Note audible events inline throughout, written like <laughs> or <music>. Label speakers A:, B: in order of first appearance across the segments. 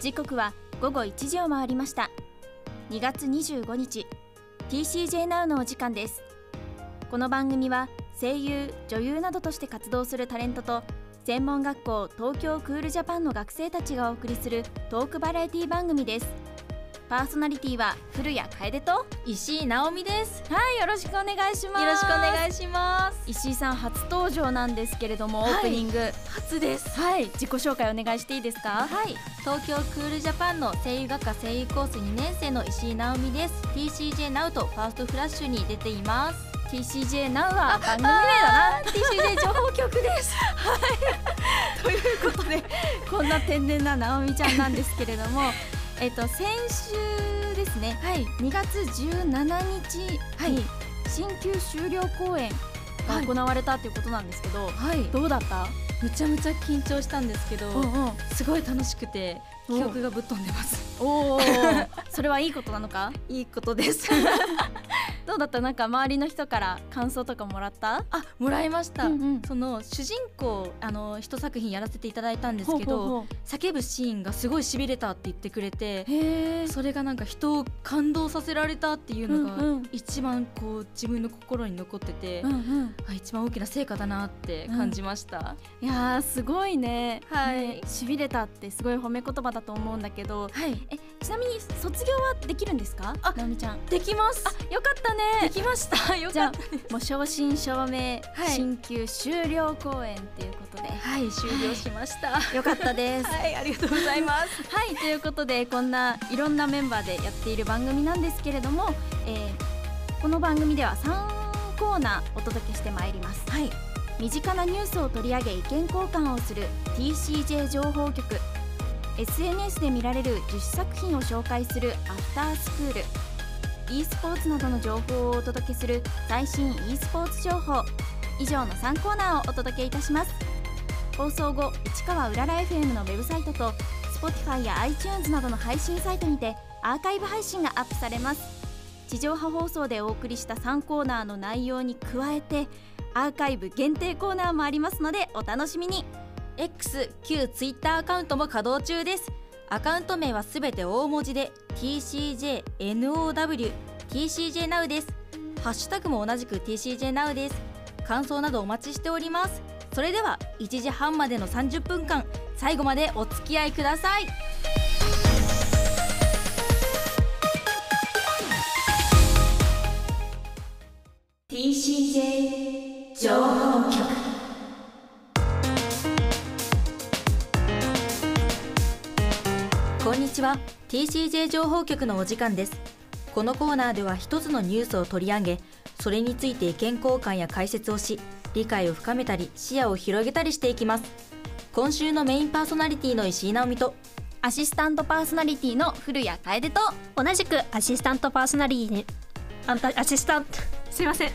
A: 時刻は午後1時を回りました2月25日 TCJ NOW のお時間ですこの番組は声優女優などとして活動するタレントと専門学校東京クールジャパンの学生たちがお送りするトークバラエティ番組ですパーソナリティは古谷楓と
B: 石井直美です。
A: はいよろしくお願いします
B: よろしくお
A: い
B: 願いします。
A: 石井さん初登場なんですけれども、
B: はい
A: オープニング
B: 初です。
A: はい自己紹介お願いしていいです
B: は
A: か
B: い、東京クールジャパンの声優学科声優コース2年生の石井直美です。TCJ NOW とファーストフラッシュに出ています。
A: TCJ NOW は番
B: あ
A: 組名だな
B: TCJ 情報局です。
A: <laughs> ということでこんな天然な直美ちゃんなんですけれどもえっと先週ですね
B: はい。
A: 2月17日に新旧終了公演が行われたということなんですけど、
B: はい。
A: どうだった、
B: むちゃむちゃ緊張したんですけど、
A: ん、
B: すごい楽しくて
A: うん
B: 記憶がぶっ飛んでます。
A: おおー <laughs> それはいいことなのか
B: いいことです。
A: <laughs> どうだったなんか周りの人から感想とかもらった
B: あ、もらいました。
A: うんうん
B: その主人公あの一作品やらせていただいたんですけど、
A: ほうほうほ
B: 叫ぶシーンがすごいしびれたって言ってくれて
A: うへえ
B: それがなんか人を感動させられたっていうの
A: うんう
B: が
A: ん
B: 一番こう自分の心に残ってて、
A: うんうん
B: あ一番大きな成果だなって感じました、
A: いやーすごいね
B: はい
A: ねしびれたってすごい褒め言葉だと思うんだけど
B: はい
A: えちなみに卒業はできるんですか
B: あ
A: 直美ちゃん
B: できます
A: よかった
B: で
A: ね
B: きましたよ
A: <laughs> じゃ
B: か
A: あ
B: った
A: もう正真正銘、
B: はい
A: 新旧終了公演っていうことで
B: はい終了しました
A: よかったです
B: はいありがとうございます
A: <laughs> はいということでこんないろんなメンバーでやっている番組なんですけれども、えーこの番組では3コーナーお届けしてまいります
B: はい
A: 身近なニュースを取り上げ意見交換をする TCJ 情報局 SNS で見られる10作品を紹介するアフタースクール e スポーツなどの情報をお届けする最新 e スポーツ情報以上の3コーナーをお届けいたします放送後市川うらら FM のウェブサイトと Spotify や iTunes などの配信サイトにてアーカイブ配信がアップされます地上波放送でお送りした3コーナーの内容に加えてアーカイブ限定コーナーもありますのでお楽しみに
B: X 旧 Twitter アカウントも稼働中ですアカウント名はすべて大文字で TCJNOW TCJNOW ですハッシュタグも同じく TCJNOW です感想などお待ちしておりますそれでは1時半までの30分間最後までお付き合いくださいこんにちは TCJ 情報局のお時間ですこのコーナーでは一つのニュースを取り上げそれについて意見交換や解説をし理解を深めたり視野を広げたりしていきます今週のメインパーソナリティの石井直美と
A: アシスタントパーソナリティの古谷楓と
C: 同じくアシスタントパーソナリティあんたアシスタントすいません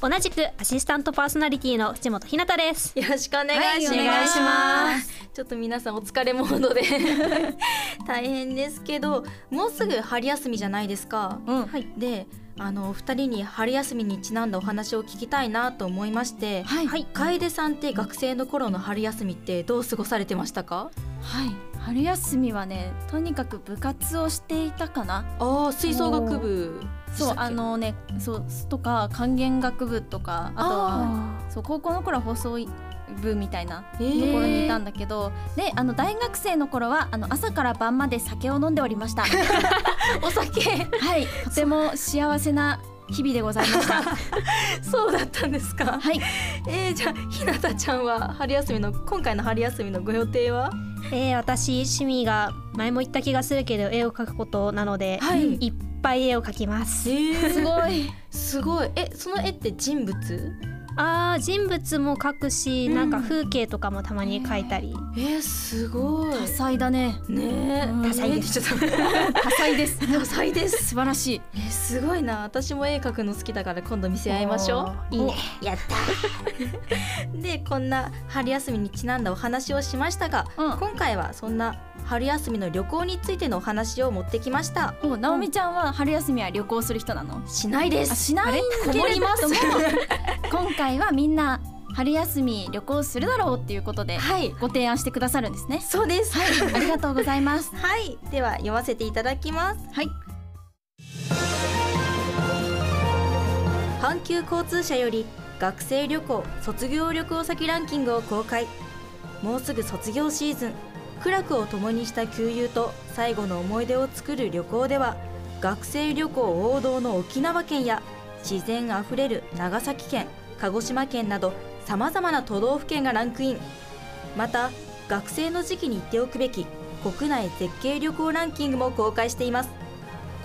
C: 同じくアシスタントパーソナリティの藤本ひなたです
B: よろしくお願いします,、
A: はいお願いします
B: ちょっと皆さんお疲れモードで <laughs> 大変ですけどもうすぐ春休みじゃないですか
A: うん
C: はい
B: であのお二人に春休みにちなんだお話を聞きたいなと思いまして、
A: はい
C: はい
B: 楓さんって学生の頃の春休みってどう過ごされてましたか
A: はい春休みはねとにかく部活をしていたかな
B: ああ吹奏楽部
A: そうあのねそうとか還元学部とかあとは
B: あ
A: そう高校の頃は放送部みたいな
B: とこと
A: ころにいたんだけど、であの大学生の頃はあの朝から晩まで酒を飲んでおりました <laughs> は
B: お酒
A: いとても幸せな日々でございましたは
B: そうだったんですか
A: い
B: えー、じゃあひなたちゃんは春休みの今回の春休みのご予定は
C: えー、私趣味が前も言った気がするけど絵を描くことなので、
B: はい
C: いっぱい絵を描きます <laughs>
A: すごい
B: すごいえその絵って人物
C: あー人物も描くし、
B: うん
C: なんか風景とかもたまに描いたり
B: えー、すごい
A: 多彩だね
B: ねえ
A: うん
C: 多彩です
B: ちょっと
A: <laughs> 多彩です
B: <laughs> 多彩です
A: 素晴らしい
B: えー、すごいな私も絵描くの好きだから今度見せ合いましょう
C: いいね
B: やった <laughs> でこんな春休みにちなんだお話をしましたが、
A: うん
B: 今回はそんな春休みの旅行についてのお話を持ってきました
A: お直美ちゃんは春休みは旅行する人なの
B: しないで
A: あ
B: す
D: <laughs>
A: しないけれども今回はみんな
D: 春休み旅行するだろうっていうことで
A: はい
D: ご提案してくださるんですね。
A: そうですはい、
D: ありがとうござい
B: <laughs>
D: ます。
A: はい、では読ませていただきます
D: はい。
A: 阪急交通社より学生旅行卒業旅行先ランキングを公開もうすぐ卒業シーズン苦楽を共にした旧友と最後の思い出を作る旅行では学生旅行王道の沖縄県や自然あふれる長崎県鹿児島県などさまざまな都道府県がランクインまた学生の時期に行っておくべき国内絶景旅行ランキングも公開しています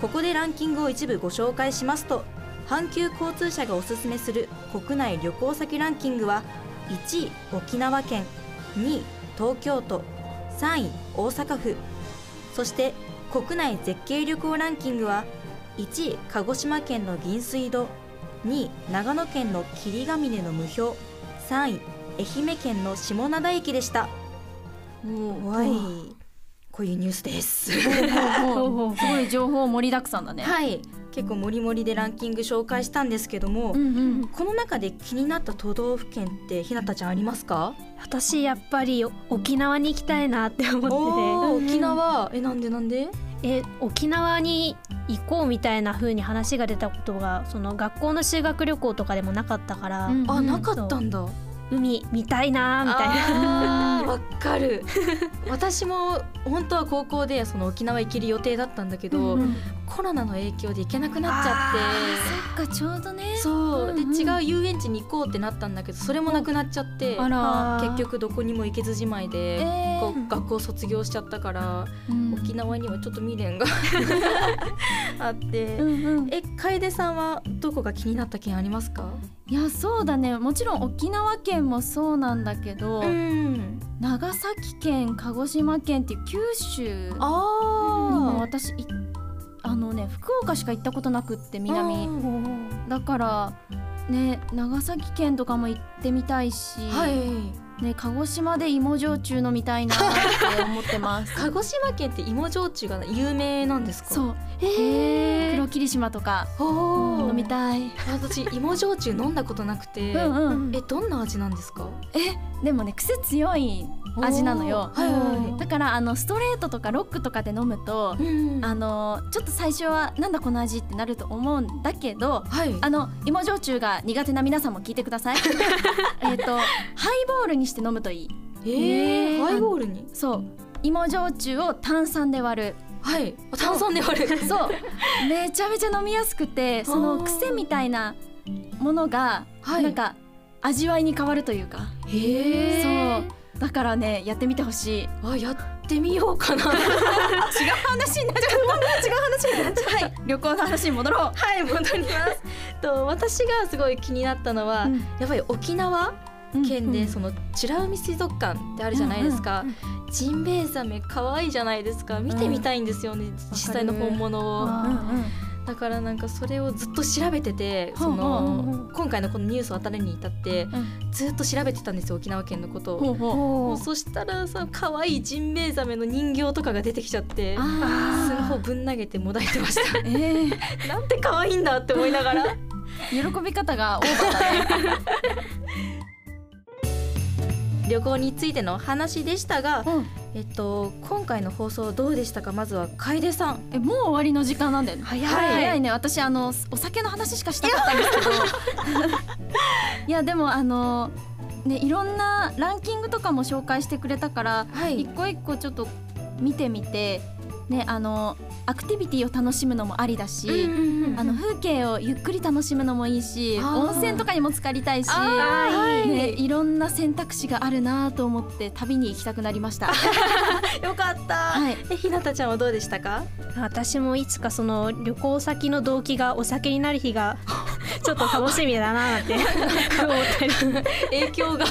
A: ここでランキングを一部ご紹介しますと阪急交通社がおすすめする国内旅行先ランキングは1位沖縄県2位東京都3位大阪府そして国内絶景旅行ランキングは1位鹿児島県の銀水戸2位長野県の霧ヶ峰の無標3位愛媛県の下灘駅でした
D: お
A: こういうニュースです
D: おお。すごい情報盛りだくさんだね。
A: はい結構もりもりでランキング紹介したんですけども、
D: うんうん。
A: この中で気になった都道府県ってひなたちゃんありますか
E: 私やっぱり沖縄に行きたいなって思っ
A: お
D: うん
A: ー沖縄えなんでなんで
E: ててえ沖縄に行こうみたいな風に話が出たことがその学校の修学旅行とかでもなかったから、
D: うん
A: あなかったんだみ
E: 海見たいなみたいな
A: なわかる <laughs> 私も本当は高校でその沖縄行ける予定だったんだけど、
E: うんうん
A: コロナの影響で行けなくなっちゃっ
D: そっかちょうどね。
A: てそう、
D: うんうん
A: で違う遊園地に行こうってなったんだけどそれもなくなっちゃって
D: あら。
E: あー
A: 結局どこにも行けずじまい
D: え
A: で、
D: ー
A: こう学校卒業しちゃったから、
D: うん
A: 沖縄にはちょっと未練があって、
D: うんうん。
A: え楓さんはどこが気になった件ありますか
D: いやそうだね。もちろん沖縄県もそうなんだけど、
A: ん
D: 長崎県、鹿児島県っていう九州にも
A: あ
D: 私いあのね福岡しか行ったことなくって南。だからね長崎県とかも行ってみたいし、
A: はい
D: ね鹿児島で芋焼酎飲みたいなって思ってます。
A: <laughs> 鹿児島県って芋焼酎が有名なんですかう
D: そう、
A: へ
D: 黒霧島とか
A: おー
D: 飲みたい。
A: 私芋焼酎飲んだことなくて
D: うんうん。
A: えどんな味なんですか
D: でもね癖強い味なのよ
A: お。ーはいは
D: だからあのストレートとかロックとかで飲むと
A: い、うん
D: あのちょっと最初はなんだこの味ってなると思うんだけど。
A: はい
D: あの芋焼酎が苦手な皆さんも聞いてくだ
A: <laughs>
D: さい。えっとハイボールにして飲むといい。
A: え
D: えー
A: ーハイボールに
D: そう芋焼酎を炭酸で割る
A: はいあ炭酸で割る
D: <laughs> そうめちゃめちゃ飲みやすくてその癖みたいなものが、
A: はい
D: なんか味わいに変わるというか、
A: へー
D: そうだからねやってみてほしい
A: あやってみよう
D: <laughs>
A: かな違う話になっちゃった違う話になっちゃ <laughs> った
D: 旅行の話に戻ろ
A: はい戻りますと私がすごい気になったのは、
D: うん
A: やっぱり沖縄
D: う
A: 県
D: うん
A: でその美ら海水族館ってあるじゃないですか、ジンベエザメ可愛いじゃないですか見てみたいんですよね、実際の本物を
D: うんうん
A: だからなんかそれをずっと調べてて
D: ほ
A: そ
D: うほう
E: ほ
A: の今回のこのニュースを当たるに至って
D: うん
A: ずっと調べてたんですよ沖縄県のことを
D: ほうほう
A: もうそしたらさ可愛いジンベエザメの人形とかが出てきちゃって
D: あ
A: スマホぶん投げてもだいてまし
D: ーえー
A: た <laughs> なんて可愛いんだって思いながら
D: 喜び方がオーバーだね
A: <laughs> 旅行についての話でしたが、
D: うん
A: えっと、今回の放送どうでしたかまずは楓さん
D: えもう終わりの時間なんだよね
A: 早い
D: 早いね私あのお酒の話しかしたかったんです
A: <laughs>
D: けどいやでもあのねいろんなランキングとかも紹介してくれたから
A: は
D: 一個一個ちょっと見てみてねあのアクティビティを楽しむのもありだし、あの風景をゆっくり楽しむのもいいし
A: あー
D: 温泉とかにも浸かりたいし、
A: あー
D: ね、
A: い
D: いろんな選択肢があるなと思って旅に行きたくなりました。
A: <laughs> よかった、
D: はい
A: えひなたちゃんはどうでしたか
E: 私もいつかその旅行先の動機がお酒になる日
A: <laughs>
E: がちょっと楽しみだなって思ったり
A: 影響が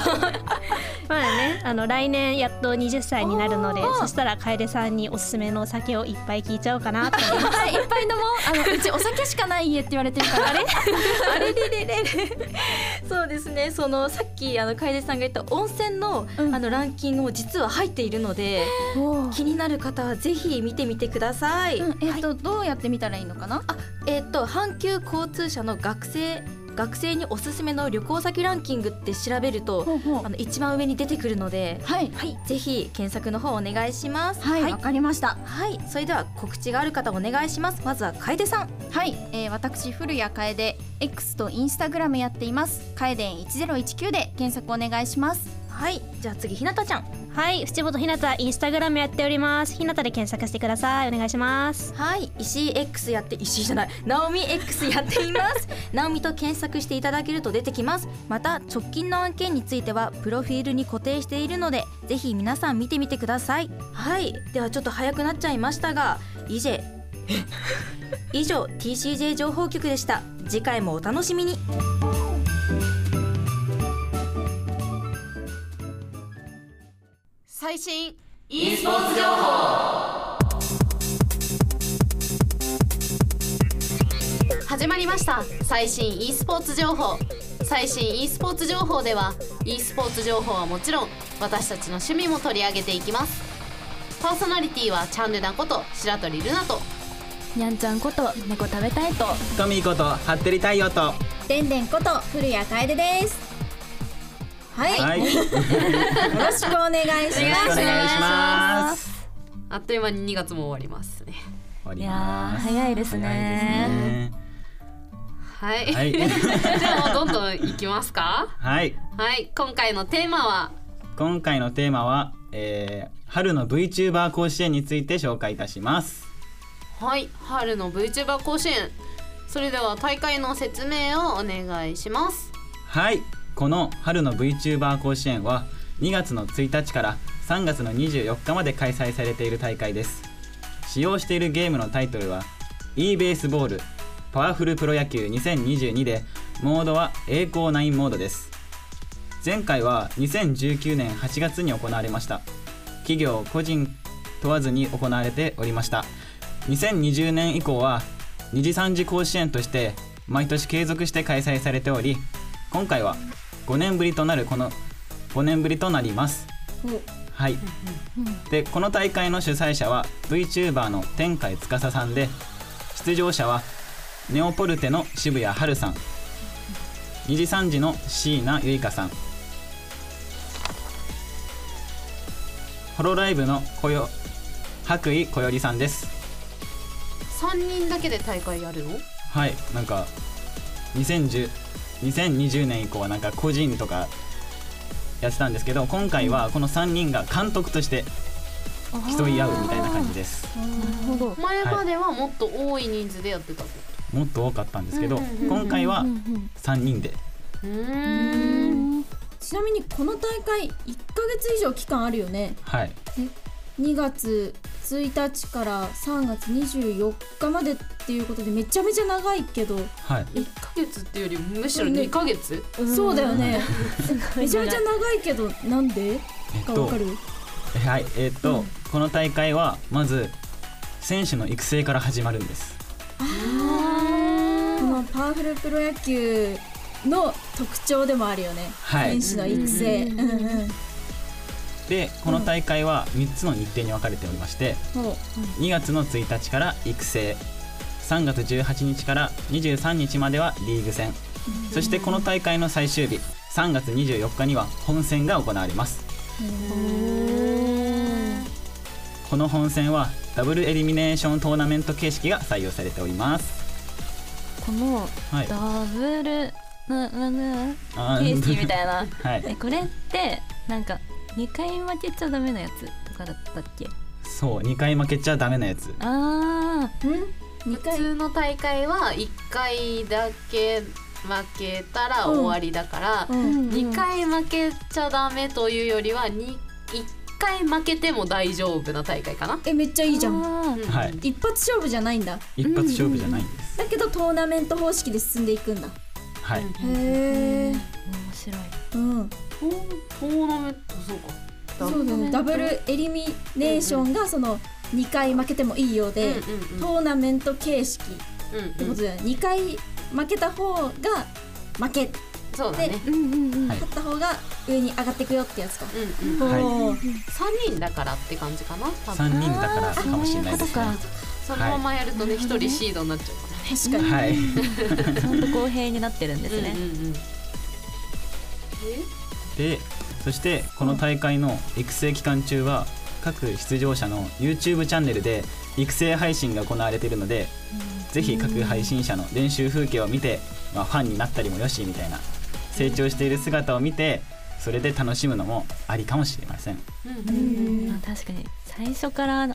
E: <laughs> まあねあの来年やっと20歳になるので
D: おー
E: そしたら楓さんにおすすめのお酒をいっぱい聞いちゃおうかなと思います
D: はい、いっぱい飲もう。あのうちお酒しかない家って言われてるから。あれ？
A: あれれれれ <laughs> れそうですねそのさっきあの楓さんが言った温泉の,、
D: うん
A: あのランキングも実は入っているので気になる方はぜひ見てみてください、
D: うん、えっ、と、どうやって見たらいいのかな。
A: えっと阪急交通社の学生
B: 学生におすすめの旅行先ランキングって調べると
A: ほうほう
B: あの一番上に出てくるので
A: はい
B: はいぜひ検索の方お願いします
A: はいわ、
B: はい
A: かりました
B: はいそれでは告知がある方お願いしますまずは楓さん
A: はい、えー、私古谷楓 X とインスタグラムやっています楓1019で検索お願いします
B: はいじゃあ次ひなたちゃん
C: はい淵本ひなたインスタグラムやっておりますひなたで検索してくださいお願いします
B: はい石井 X やって石井じゃないナオミ X やっています
A: <laughs>
B: ナオミと検索していただけると出てきますまた直近の案件についてはプロフィールに固定しているのでぜひ皆さん見てみてくださいはいではちょっと早くなっちゃいましたが以上以上 TCJ 情報局でした次回もお楽しみに
F: <laughs> 最新
G: e スポーツ情報
F: 始まりました最新 e スポーツ情報最新 e スポーツ情報では e スポーツ情報はもちろん私たちの趣味も取り上げていきますパーソナリティはチャンルナこと白鳥ルナと
B: にゃんちゃんこと猫食べたいと
H: トミーこと服部太陽とは
A: でんでんこと古谷楓ですはい、 <laughs>
H: い、よろしく
A: よろしくお願いしま
H: お
A: す
H: 願いします
F: あっという間に2月も終わりますね
H: 終わ
B: い
H: り
B: やー
H: ます
B: 早いですね
F: はい、
H: 早い
F: <laughs> じ
H: ですねはい、 <laughs>
F: ゃあもうどんどんいきますか
H: はい、
F: はい今回のテーマは
H: 今回のテーマは、えー、春の VTuber 甲子園について紹介いたします
F: はい春の VTuber 甲子園それでは大会の説明をお願いします
H: はいこの春の VTuber 甲子園は2月の1日から3月の24日まで開催されている大会です使用しているゲームのタイトルは e ベースボールパワフルプロ野球2022でモードは栄光ナインモードです前回は2019年8月に行われました企業個人問わずに行われておりました2020年以降は二次三次甲子園として毎年継続して開催されており今回は5年ぶりとなるこの5年ぶりとなりますはいでこの大会の主催者は VTuber の天海司さんで出場者はネオポルテの渋谷春さん二次三次の椎名結花さんホロライブのこよ白衣こよりさんです
F: 3人だけで大会やるの
H: はいなんか2010 2020年以降はなんか個人とかやってたんですけど今回はこの3人が監督として競い合うみたいな感じです
F: 前まではもっと多い人数でやってたってこ
H: もっと多かったんですけど
F: うんうんうんうん
H: 今回は3人で
F: とうーん
I: ちなみにこの大会1ヶ月以上期間あるよね
H: はい
I: 2月1日から3月24日までっていうことでめちゃめちゃ長いけど、
H: はい
F: 1ヶ月っていうよりむしろ2ヶ月
I: そうだよねめちゃめちゃ長いけどなんで
H: えっ
I: かわ
H: と
I: かる、
H: はいえっとこの大会はまず選手の育成から始まるんです
I: このパワフルプロ野球の特徴でもあるよね、
H: はい
I: 選手の育成、うんうん
H: でこの大会は3つの日程に分かれておりまして
I: も
H: 2月の1日から育成3月18日から23日まではリーグ戦そしてこの大会の最終日3月24日には本戦が行われますこの本戦はダブルエリミネーショントーナメント形式が採用されております
B: この
H: はい
B: ダブルななな
H: あー
B: 形式みたいな
H: はい
B: えこれってなんか2回負けちゃダメなやつとかだったっけ
H: そう2回負けちゃダメなやつ
B: あ
I: う、うん、2
F: 普
I: 回
F: 通の大会は1回だけ負けたら終わりだから、
I: うん
F: 2回負けちゃダメというよりはに1回負けても大丈夫な大会かな。
I: えめっちゃいいじゃん
B: あ
F: うん
H: はい
I: 一発勝負じゃないんだ
H: 一発勝負じゃないんです、
I: だけどトーナメント方式で進んでいくんだ
H: はい
I: へえ
B: 面白い
I: うん
F: トートーナメントそうか。
I: そうだねダブルエリミネーションがその2回負けてもいいようで、
F: うん
I: トーナメント形式っ
F: うんうん
I: て
F: うんう
I: こ
F: ん
I: とだよね、2回負けた方が負け
F: そうだね。
H: はい
I: 勝った方が上に上がっていくよってやつか、
F: うんうん。
H: はい
I: おー
F: 三人だからって感じかな。多分
H: 3人だからかもしれないですね
B: あーそういうこ
F: そのままやるとね一人シードになっちゃうか
A: 確かに、
H: はい
J: ちゃんと公平になってるんです
F: らね
J: ね。
F: うんうんうん
H: でそしてこの大会の育成期間中は各出場者の YouTube チャンネルで育成配信が行われているので、ぜひ各配信者の練習風景を見て、まあ、ファンになったりもよしみたいな成長している姿を見てそれで楽しむのもありかもしれません
J: まあ確かに最初からな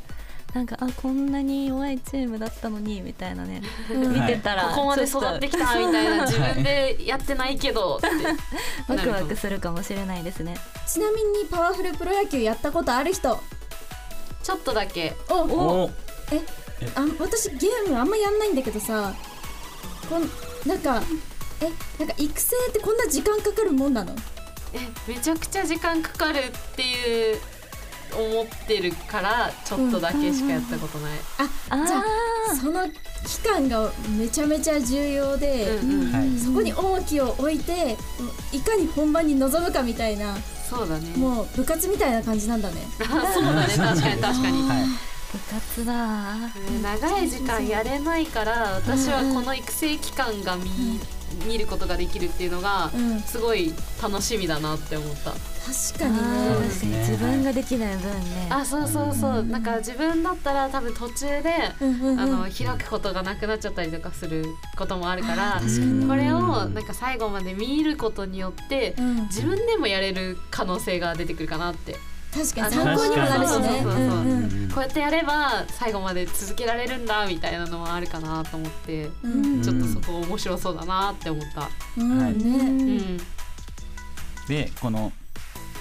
J: んかあこんなに弱いチームだったのにみたいなね、見てたら
F: ここまで育ってきたみたいな自分でやってないけどって
H: <laughs>
J: ワクワクするかもしれないですね。
A: ちなみにパワフルプロ野球やったことある人
F: ちょっとだけ
A: お
H: お
A: えあ私ゲームあんまやんないんだけどさこんなんかえなんか育成ってこんな時間かかるもんなの
F: えめちゃくちゃ時間かかるっていう思ってるからちょっとだけしかやったことない、
J: あ
A: じゃ
J: あ
A: その期間がめちゃめちゃ重要で、
F: うんうん
H: はい
A: そこに重きを置いていかに本番に臨むかみたいな
F: そうだね
A: もう部活みたいな感じなん
F: <laughs>
A: だね
F: あそうだね確かに確かに、
H: はい
J: 部活だ。
F: うん長い時間やれないから私はこの育成期間が見,、見ることができるっていうのが
A: うん
F: すごい楽しみだなって思った
A: 確かに
H: そう
A: ね
H: ですね
J: 自分ができない分ね。
F: あそうそうそうなんか自分だったら多分途中で
A: うんうんうん
F: あの開くことがなくなっちゃったりとかすることもあるから
H: に
F: これをなんか最後まで見ることによって
A: うん
F: 自分でもやれる可能性が出てくるかなって
A: 確か
F: あ
A: に参考にもなるしね
F: そうそうそう
A: う
F: そうん
A: うん
F: こうやってやれば最後まで続けられるんだみたいなのはあるかなと思って
A: うん
H: うん
F: ちょっとそこ面白そうだなって思った。
A: うん
H: はい
A: ね
F: うん
H: でこの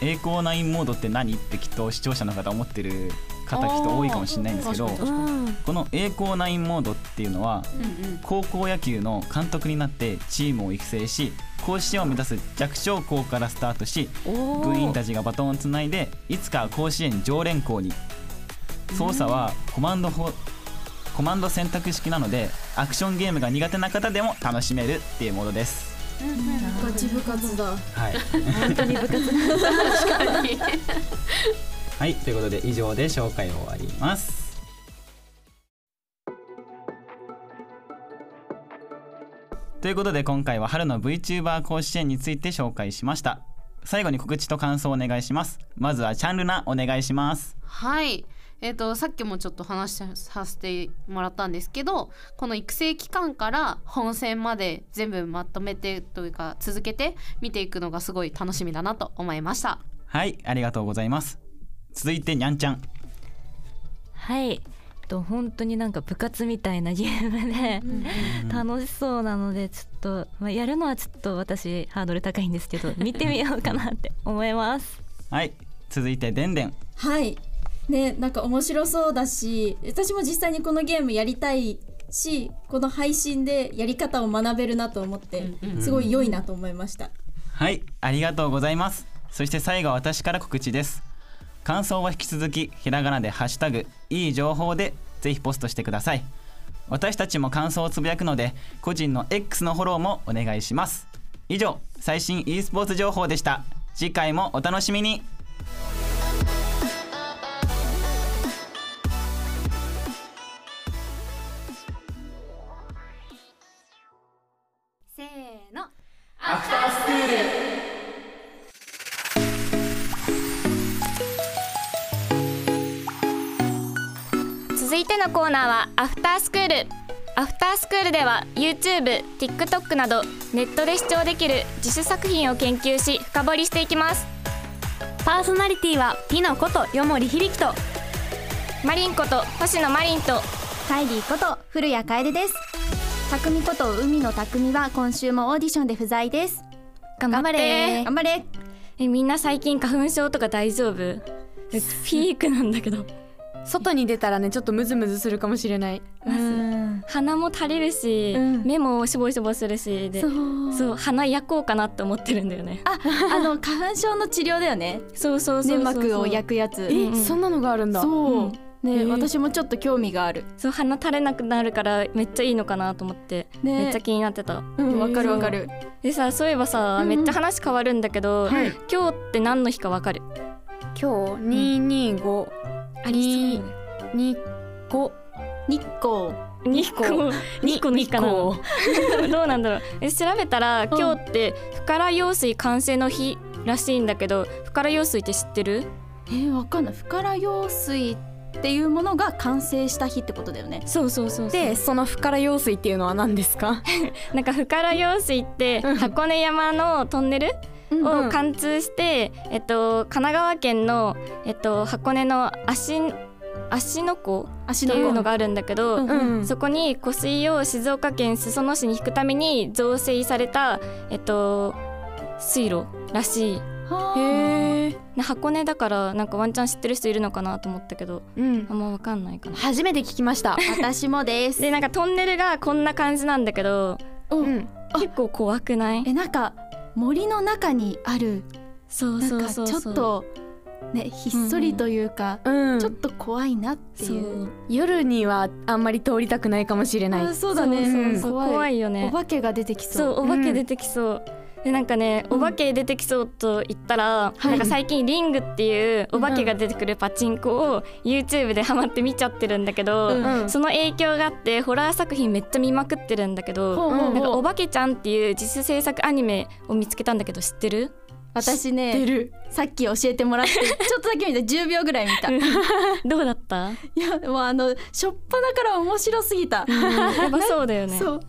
H: 栄光ナインモードって何ってきっと視聴者の方思ってる方きっと多いかもしれないんですけど
F: 確かに
H: この栄光ナインモードっていうのは
F: うん
H: 高校野球の監督になってチームを育成し甲子園を目指す弱小校からスタートし部員たちがバトンをつないでいつか甲子園常連校に操作はコマンドほコマンド選択式なのでアクションゲームが苦手な方でも楽しめるっていうものです。
A: ガチ部活だ
H: <laughs> はい、
F: うん
H: はい、ということで以上で紹介を終わります。ということで今回は春の VTuber 甲子園について紹介しました。最後に告知と感想をお願いします。まずはチャンルなお願いします。
F: はい。えー、とさっきもちょっと話しさせてもらったんですけどこの育成期間から本戦まで全部まとめてというか続けて見ていくのがすごい楽しみだなと思いました。
H: はい、ありがとうございます。続いてにゃんちゃん。
J: はい。えっと本当になんか部活みたいなゲームで、楽しそうなのでちょっと、まあ、やるのはちょっと私ハードル高いんですけど見てみようかなって思います。
H: はい、続いてでんでん。
A: はいねなんか面白そうだし私も実際にこのゲームやりたいしこの配信でやり方を学べるなと思って
F: うん
A: すごい良いなと思いました
H: はい、ありがとうございます。そして最後は私から告知です。感想は引き続きひらがなでハッシュタグいい情報でぜひポストしてください。私たちも感想をつぶやくので個人の X のフォローもお願いします。以上、最新 e スポーツ情報でした。次回もお楽しみに。
K: せーの
L: アフタースクール
M: <laughs> 続いてのコーナーはアフタースクールアフタースクールでは YouTube、TikTok などネットで視聴できる自主作品を研究し深掘りしていきます
N: パーソナリティはピノことよもりひびきと
M: マリンこと星野マリンと
K: カイリーこと古谷楓です匠こと海野匠は今週もオーディションで不在です
M: 頑張れ
K: 頑張れ
M: えみんな最近花粉症とか
K: <laughs>
M: 大丈夫ピークなんだけど
D: 外に出たらねちょっとムズムズするかもしれない
M: 鼻も垂れるし、目もしぼしぼするしでそう鼻焼こうかなって思ってるんだよねあ
A: あ
M: <laughs>
A: の花粉症の治療だよね
M: そうそうそうそう
A: 粘膜を焼くやつ
D: え、そんなのがあるんだ
A: そうね私もちょっと興味がある
M: そう鼻垂れなくなるからめっちゃいいのかなと思って、
A: ね
M: めっちゃ気になってた
A: うんわかるわかる
M: でさそういえばさ、めっちゃ話変わるんだけど、今日って何の日かわかる
D: 今日二二五
M: ありそう
D: 二五
M: 日光日
O: 光日光の日かな
M: 光どうなんだろうえ調べたら今日って深良用水完成の日らしいんだけど深良用水って知ってる
A: えー、わかんない深良用水っていうものが完成した日ってことだよね
M: そうそうそう
D: でその深良用水っていうのは何ですか
M: <laughs> なんか深良用水って箱根山のトンネルを貫通して、えっと、神奈川県の、えっと、箱根の芦芦ノ湖っていうのがあるんだけど、うんうん、そこに湖水を静岡県裾野市に引くために造成された、えっと、水路らしい。へえ箱根だからなんかワンチャン知ってる人いるのかなと思ったけど、うん、あんま分かんないかな
D: 初めて聞きました
M: <laughs>
A: 私もです
M: でなんかトンネルがこんな感じなんだけど、うん、結構怖くない
A: えなんか森の中にある
M: そうそうそう
A: ちょっとね、ひっそりというか、うんうん、ちょっと怖いなっていう,う、
D: 夜にはあんまり通りたくないかもしれない
A: そうだね、うん、
M: 怖いよね
A: お化けが出てきそう
M: そうお化け出てきそう、でなんかね、お化け出てきそうと言ったら、なんか最近リングっていうお化けが出てくるパチンコを YouTube でハマって見ちゃってるんだけど、その影響があってホラー作品めっちゃ見まくってるんだけど、なんかお化けちゃんっていう自主制作アニメを見つけたんだけど知ってる
A: 私ねさっき教えてもらってちょっとだけ見た10秒ぐらい見
M: <laughs>
A: た
M: <laughs> どうだった
A: いやもうあのしょっぱなから面白すぎた、
M: うん、やっぱそうだよね
A: <laughs> そう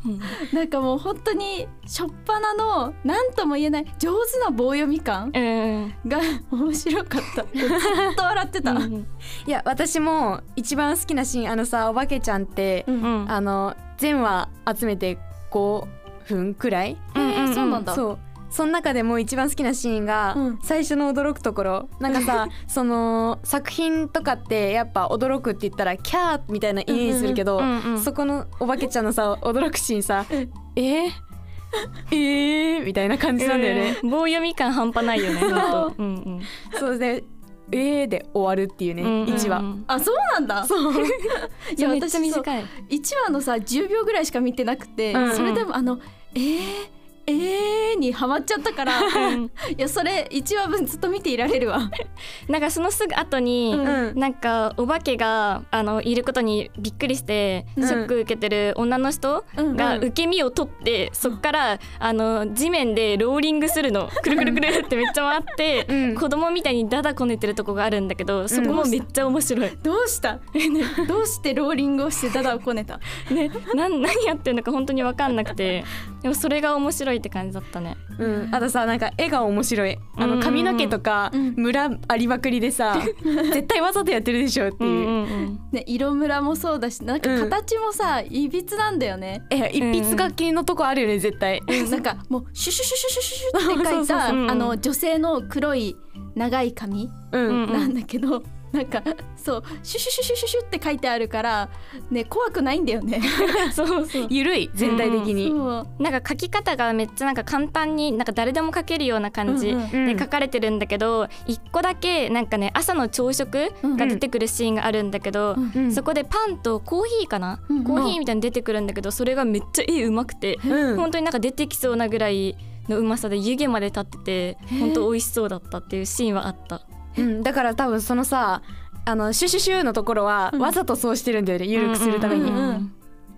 A: なんかもう本当にしょっぱなの何とも言えない上手な棒読み感が面白かったずっと笑ってた、うん、
D: いや私も一番好きなシーンあのさお化けちゃんって、うん、あの全話集めて5分くらい、
A: うん、えー、そうなんだ
D: そうその中でも一番好きなシーンが最初の驚くところ、うん、なんか <laughs> さその作品とかってやっぱ驚くって言ったらキャーみたいなイメージするけど、うんうんうん、そこのお化けちゃんのさ驚くシーン <laughs> さ、うん、えー、えー、みたいな感じなんだよね、
M: えー、棒読み感半端ないよね
D: <laughs>
M: そう
D: うん、うん、そうでえーで終わるっていうね、うんうん、1話
A: あそうなんだ
D: そう
A: <laughs>
M: いや私短い
A: 1話のさ10秒ぐらいしか見てなくて、うんうん、それでもあのえーえーにハマっちゃったから、うん <laughs> 、いやそれ1話分ずっと見ていられる <laughs> わ
M: なんかそのすぐ後に、うん、なんかお化けがあのいることにびっくりして、うん、ショック受けてる女の人が受け身を取って、うん、そっからあの地面でローリングする
A: <laughs>
M: のくるくるくるってめっちゃ回って、うん、子供みたいにダダこねてるとこがあるんだけどそこもめっちゃ面白い、
A: どうしたどうしてローリングをしてダダをこねた、、
M: <laughs> ね、な何やってるのか本当に分かんなくてでもそれが面白いって感じだったね。
D: うん、あとさなんか絵が面白い。あの髪の毛とか村ありまくりで <laughs> さ、うんうんうん、絶対わざとやってるでしょっていう。うんうんうん
A: ね色ムラもそうだし、なんか形もさ、うん、いびつなんだよ <laughs> ね。
D: え一筆書きのとこあるよね絶対。
A: うん、
D: <laughs>
A: なんかもうシュシュシュシュシュシュって書いたあの女性の黒い長い髪なんだけど。うんうんなんかそうシュシュシュシュシュシュって書いてあるからね怖くないんだよね
D: <laughs> そうそう緩い全体的に、
M: うん、なんか書き方がめっちゃなんか簡単になんか誰でも書けるような感じで書かれてるんだけど、一、うんうん、個だけなんかね朝の朝食が出てくるシーンがあるんだけど、うんうん、そこでパンとコーヒーかな、うんうん、コーヒーみたいに出てくるんだけどそれがめっちゃ絵うまくて、うん、本当になんか出てきそうなぐらいのうまさで湯気まで立ってて本当美味しそうだったっていうシーンはあった。
D: うん、だから多分そのさあのシュシュシュのところはわざとそうしてるんだよね、うん、緩くするために、うんうんうん、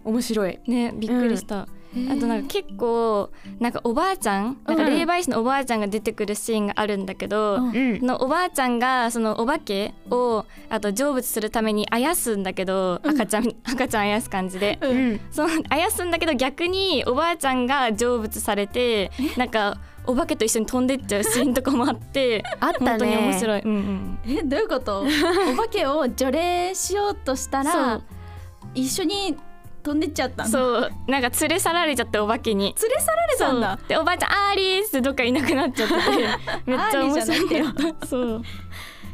D: 面白い
M: ねびっくりした、うん、あとなんか結構なんかおばあちゃんなんか霊媒師のおばあちゃんが出てくるシーンがあるんだけど、うん、そのおばあちゃんがそのお化けをあと成仏するためにあやすんだけど、赤ちゃん <laughs> 赤ちゃんあやす感じで、そのあやすんだけど逆におばあちゃんが成仏されてなんかお化けと一緒に飛んでっちゃうシーンとかもあって
D: あった、ね、
M: 本当に面白い、うん
A: うん、えどういうこと <laughs> お化けを除霊しようとしたら一緒に飛んでっちゃった
M: そうなんか連れ去られちゃってお化けに
A: 連れ去られたんだ
M: でおばあちゃん「アーリー」ってどっかいなくなっちゃってて
D: <laughs>
M: めっちゃ面白かったそう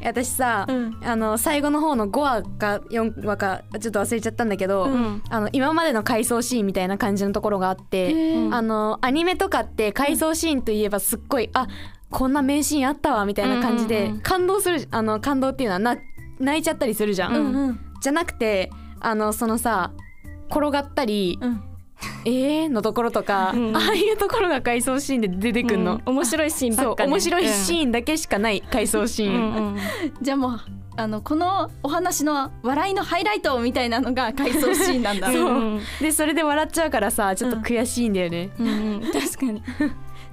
D: 私さ、うん、あの最後の方の5話か4話かちょっと忘れちゃったんだけど、うん、あの今までの回想シーンみたいな感じのところがあって、うん、あのアニメとかって回想シーンといえばすっごい、うん、あこんな名シーンあったわみたいな感じで、うんうんうん、感動するあの感動っていうのはな泣いちゃったりするじゃん。うんうん、じゃなくてあのそのさ転がったり、えーのところとか、ああいうところが回想シーンで出てくんの、
M: 面白いシーンば
D: そ
M: っ
D: う
M: かね
D: 面白い
M: ーン
D: シーンだけしかない回想シーン、
I: じゃあもうあのこのお話の笑いのハイライトみたいなのが回想シーンなんだ
D: <laughs> そう
I: うん
D: でそれで笑っちゃうからさちょっと悔しいんだよね、
M: うんうん確かに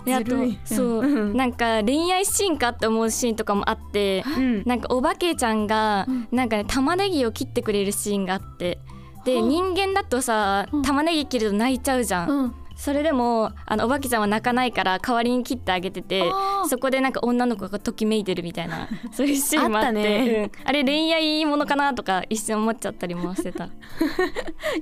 M: であと
D: ずるい
M: そう、なんか恋愛シーンかって思うシーンとかもあって、なんかお化けちゃんが、なんかね玉ねぎを切ってくれるシーンがあってで人間だとさ玉ねぎ切ると泣いちゃうじゃん、それでもあのお化けちゃんは泣かないから代わりに切ってあげててそこでなんか女の子がときめいてるみたいなそういうシーンもあって
D: あったね
M: うんあれ恋愛ものかなとか一瞬思っちゃったりもしてた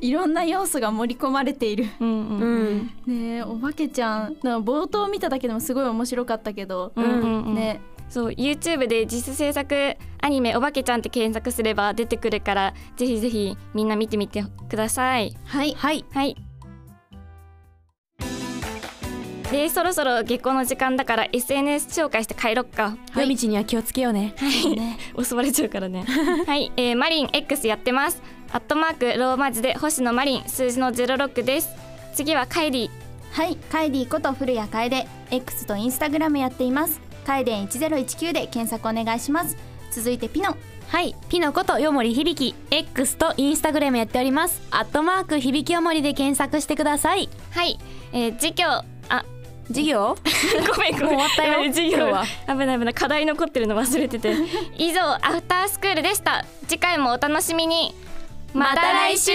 I: いろんな要素が盛り込まれている
M: うんうん
I: ねえお化けちゃんなんか冒頭見ただけでもすごい面白かったけど、
M: うんうんうん
I: ね
M: そう YouTube で自主制作アニメ「おばけちゃん」って検索すれば出てくるからぜひぜひみんな見てみてください
F: はい
D: はい
M: はいでそろそろ下校の時間だから SNS 紹介して帰ろっか
D: 夜道には気をつけようね
M: <laughs> 襲われちゃうか
I: <laughs>
M: らねはい、えー、マリン X やってますアットマークローマ字で星野マリン数字の06です次はカイリー
A: はいカイディこと古谷楓 X とインスタグラムやっていますカイデン1019で検索お願いします続いてピノ
O: はい、ピノことよもりひびき X とインスタグラムやっております。アットマークひびきよもりで検索してください。
M: はい、えー、授業あ
D: 授業
M: <laughs> ごめんごめん
D: もう終わったよ
M: やばい授業
D: 今
M: は危ない危ない課題残ってるの忘れてて以上アフタースクールでした次回もお楽しみにまた来週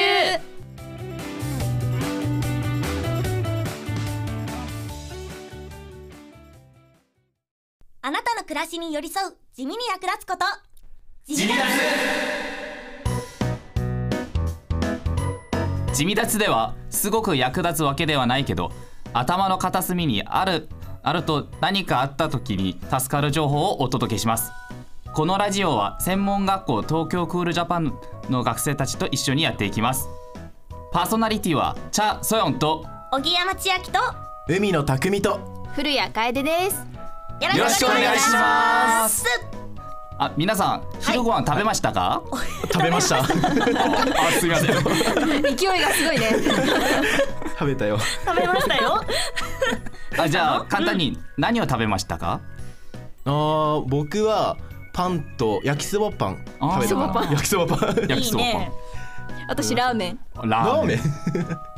E: あなたの暮らしに寄り添う地味に役立つこと
P: 地味立ちではすごく役立つわけではないけど頭の片隅にあるあると何かあった時に助かる情報をお届けしますこのラジオは専門学校東京クールジャパンの学生たちと一緒にやっていきますパーソナリティはチャ・ソヨンと
E: 小木山千秋と
L: 海の匠と
E: 古谷楓です
P: よろしくお願いしますあ皆さん昼ご飯食べましたか、 <laughs> 食べました <laughs> あすいませ
Q: <laughs>
P: ん
I: 勢いがすごいね
P: 食べたよ
E: 食べましたよ
P: あじゃあ簡単に何を食べましたか、
L: あー僕はパンと焼きそばパン食べたかな焼きそばパン
P: 焼きそばパンいいね
I: 私ラーメン
P: ラーメン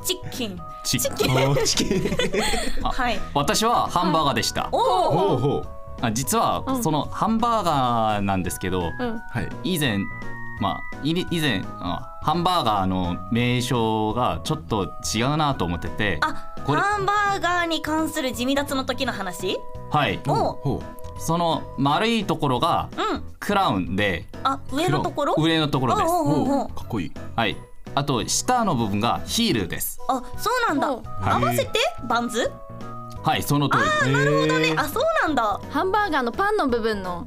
E: チキン
P: チキン
L: あーチキン
E: はい
P: 私はハンバーガーでした、
E: おー
P: あ実
E: う
P: は
E: ん
P: そのハンバーガーなんですけ
E: う
P: ど、
E: ん
P: 以前まあい以前あハンバーガーの名称がちょっと違うなと思っててこれ
O: ハンバーガーに関する地味脱の時の話
P: はいその丸いところが
O: うん
P: クラウンで
O: あ上のところ
P: 上のところです
O: おうおうおう
P: かっこいいはいあと下の部分がヒールです
O: あそうなんだ
P: い
O: 合わせてバンズ
P: はいその通り
O: あそうなんだ
I: ハンバーガーのパンの部分の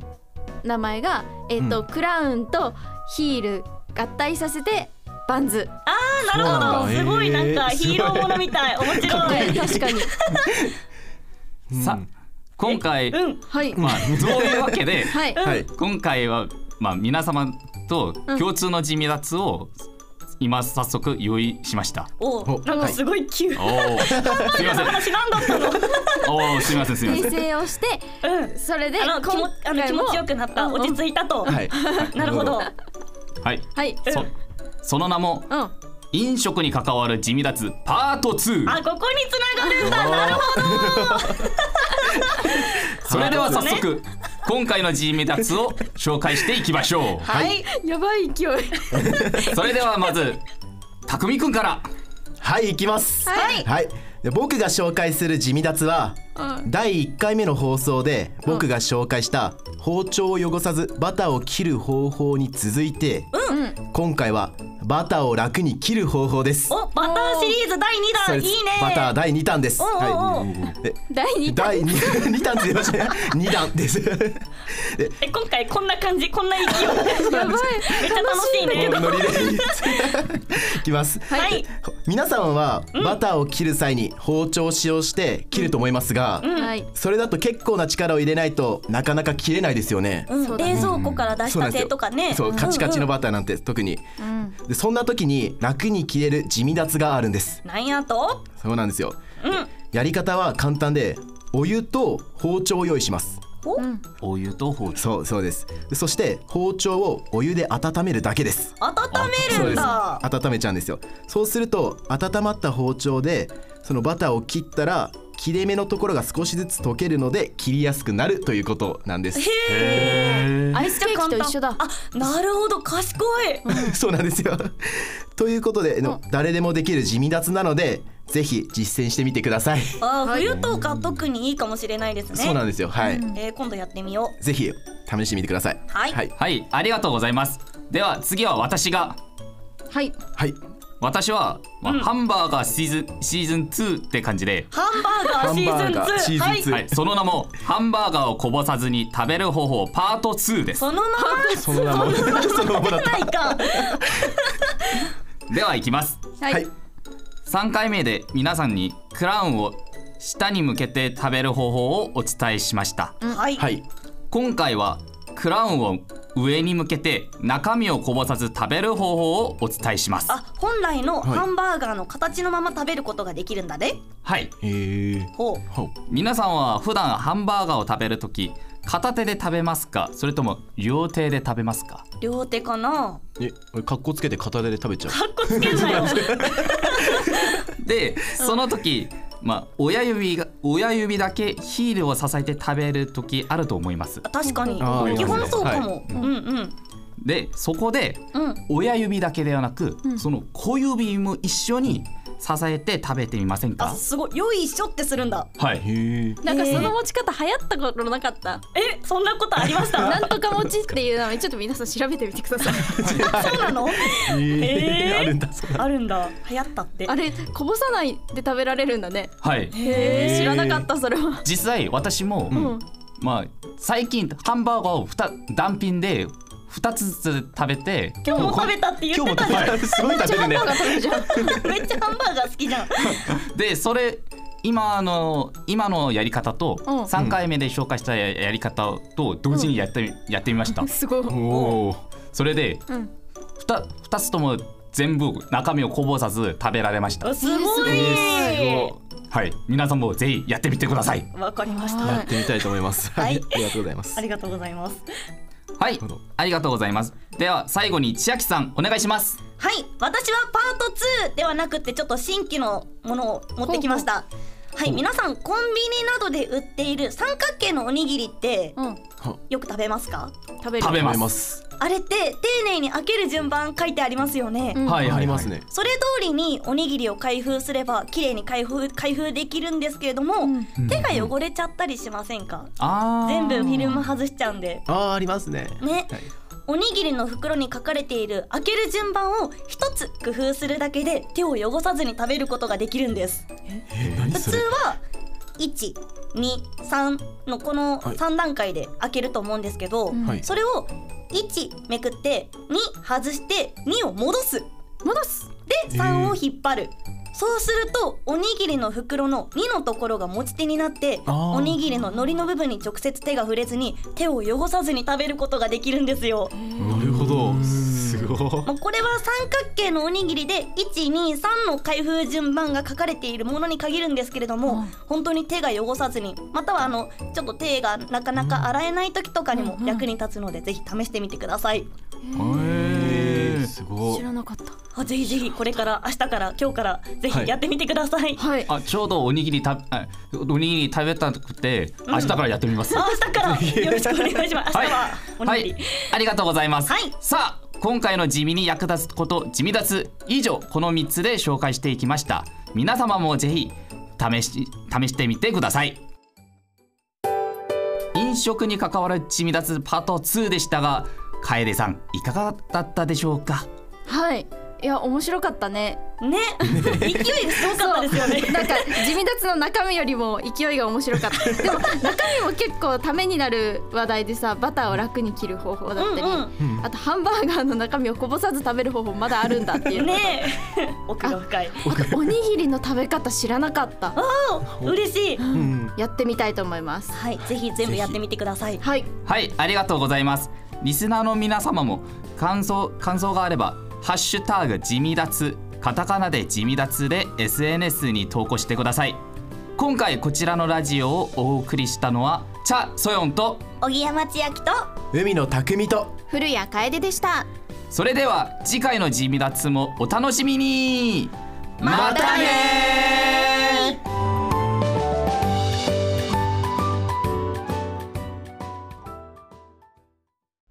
I: 名前がえっ、と、
P: うん
I: クラウンとヒール合体させてバンズ
O: ああなるほどすごいなんかヒーローものみたい面白い
I: 確かに
P: さ今回、
I: はい
P: まあそういうわ
O: <laughs>
P: け <laughs> で、
I: はいはい
P: 今回はまあ皆様と共通の地味脱を今早速用意しました。
O: おなんかすごい急
P: おー <laughs> すいません。おおすみませんすみません。
I: 訂正をして、それで
O: あの気もあの気持ちよくなった落ち着いたと
P: はい
O: <laughs> なるほど
P: はい。
I: はい
P: そその名も
O: うん
P: 飲食に関わる地味脱パート2。
O: あここに繋がるんだなるほ
P: それでは早速、今回の地味脱を紹介していきましょ
O: <laughs>
P: う。
I: はい、やばい勢い
P: それではまずたくみくんから。
L: はい行きます
I: はい
L: で僕が紹介する地味脱は第1回目の放送で僕が紹介した包丁を汚さずバターを切る方法に続いて
O: うん
L: 今回はバターを楽に切る方法です
O: おバターシリーズ第二
L: そう
O: 弾い
L: で
O: い
L: す
O: ね
L: バター第2弾です
O: おうおうおう
L: はいで <laughs>
I: 第
L: 第2弾って言いましたね2弾です <laughs>
E: え今回こんな感じこんな勢いやばいめっちゃ楽しいね
L: もうノリでいきます、
E: はい
L: 皆さんはバターを切る際に包丁を使用して切ると思いますが、
Q: はい
L: それだと結構な力を入れないとなかなか切れないですよね、
E: うん冷蔵庫から出し
L: そうな
E: た
L: んです
E: て
L: よ
E: とかね
L: そうカチカチのバターなんて特に、でそんな時に楽に切れる地味脱があるんです
E: なんやと
L: そうなんですよ
E: うん
L: やり方は簡単でお湯と包丁を用意します
E: お
L: お湯と包丁そうそうですでそして包丁をお湯で温めるだけです
E: 温
L: そ
E: め
L: う
E: るん
L: です
E: だ
L: 温めちゃうんですよそうすると温まった包丁でそのバターを切ったら切れ目のところが少しずつ溶けるので切りやすくなるということなんですへ
E: イスケーキと一緒だあなるほど賢い
L: そうなんですよ <laughs> ということで、の誰でもできる地味脱なのでぜひ実践してみてください
E: あー冬とか特にいいかもしれないですね
L: そうなんですよはい
E: えー今度やってみよう
L: ぜひ試してみてください
E: はい
L: はい、
P: ありがとうございますでは次は私が
A: はい
L: はい
P: 私は、まあ
E: うん
P: ハンバーガーシーズンシーズン2って感じで
E: ハンバーガーシーズン2
P: は、
E: はい
P: その名もハンバーガーをこぼさずに食べる方法パート2です
E: そのまま
P: その名も
E: そのままだったか
P: <laughs> ではいきます
A: はい、
P: 3回目で皆さんにクラウンを下に向けて食べる方法をお伝えしました
E: はい
P: はい今回はクラウンを上に向けて中身をこぼさず食べる方法をお伝えします
E: あ本来の
P: はい
E: ハンバーガーの形のまま食べることができるんだね
P: はい
E: ほう
P: 皆さんは普段ハンバーガーを食べるとき片手で食べますかそれとも両手で食べますか
E: 両手かな
L: え、俺格好つけて片手で食べちゃう
P: <laughs> でその時まあ親指が親指だけヒールを支えて食べる時あると思います
E: 確かに
P: あー
E: 基本そうか
P: は
E: も
P: い
E: うんうん
P: でそこで
E: うん
P: 親指だけではなく、その小指も一緒に支えて食べてみませんか
E: すごいよいしょってするんだ
P: はい
Q: なんかその持ち方流行ったことなかった。
E: え、そんなことありました
Q: なんとか持ちっていうのをちょっと皆さん調べてみてください。
E: そうなの？
P: <laughs>
Q: えーあるん
L: だ
E: あるんだ流行ったって
Q: あれこぼさないで食べられるんだね。
P: は
Q: へ
P: い
Q: え知らなかったそれは。
P: 実際私も、
Q: うん
P: まあ最近ハンバーガーをふた単品で2つずつ食べて
E: 今日も食べたって言ってたじゃ
P: 今日も食べ
E: ん。
P: たすごい食べるね
E: <laughs> めっちゃハンバーガー好きじゃん。
P: でそれ今あの今のやり方と
E: うん
P: 3回目で紹介したややり方と同時にやってみ、やってみました。
Q: すごい。
P: それで
Q: うん。
P: 2, 二つとも全部中身をこぼさず食べられました。
E: すごい。
P: はい皆さんもぜひやってみてください。
E: わかりました。
L: やってみたいと思います。はい、ありがとうございます。
E: ありがとうございます。
P: はいありがとうございます。では最後に千秋さんお願いします。
E: はい、私はパート2ではなくてちょっと新規のものを持ってきました。はい、
P: ほう
E: 皆さんコンビニなどで売っている三角形のおにぎりって、よく食べますか？
Q: 食べ
P: 食べます。
E: あれって丁寧に開ける順番書いてありますよね。
P: はいありますね。
E: それ通りにおにぎりを開封すれば綺麗に開封開封できるんですけれども、手が汚れちゃったりしませんか、
P: あ
E: 全部フィルム外しちゃうんで
L: あーありますね。
E: ね、おにぎりの袋に書かれている開ける順番を一つ工夫するだけで手を汚さずに食べることができるんです普通は123のこの
Q: はい
E: 3段階で開けると思うんですけど、
Q: はい
E: それを1めくって2外して2を戻す
Q: 戻す
E: で3を引っ張る、そうするとおにぎりの袋の2のところが持ち手になって
Q: あー
E: おにぎりの海苔の部分に直接手が触れずに手を汚さずに食べることができるんですよ。
L: なるほど。すご
E: もうこれは三角形のおにぎりで123の開封順番が書かれているものに限るんですけれども、本当に手が汚さずにまたはあのちょっと手がなかなか洗えない時とかにも役に立つので、ぜひ試してみてください。
L: い。すごい。
E: らなかったあぜひぜひこれから明日から今日からぜひやってみてください。はい
P: あちょうどおにぎりたあおにぎり食べたくて
E: うん
P: 明日からやってみます。
E: あ明日からよろしくお願いします。明日はおにぎり、
P: ありがとうございます。さあ今回の地味に役立つこと地味脱以上この3つで紹介していきました。皆様もぜひ試し試してみてください。飲食に関わる地味脱パート2でしたが、楓さんいかがだったでしょうか。
Q: はい。いや面白かったね
E: ね勢いがすごかったですよね
Q: なんか地味脱の中身よりも勢いが面白かったでも中身も結構ためになる話題でさバターを楽に切る方法だったり、あとハンバーガーの中身をこぼさず食べる方法まだあるんだっていう
E: ね奥が深い
Q: あとおにぎりの食べ方知らなかったあ
E: 嬉しい、
Q: やってみたいと思います
E: はいぜひ全部やってみてください
Q: はい
P: はいありがとうございますリスナーの皆様も感想感想があれば「ハッシュタグ地味脱」カタカナで地味脱で SNS に投稿してください今回こちらのラジオをお送りしたのはチャ・ソヨンと
E: 小木山千秋と
L: 海の匠と
A: 古谷楓でした
P: それでは次回の地味脱もお楽しみに
G: またね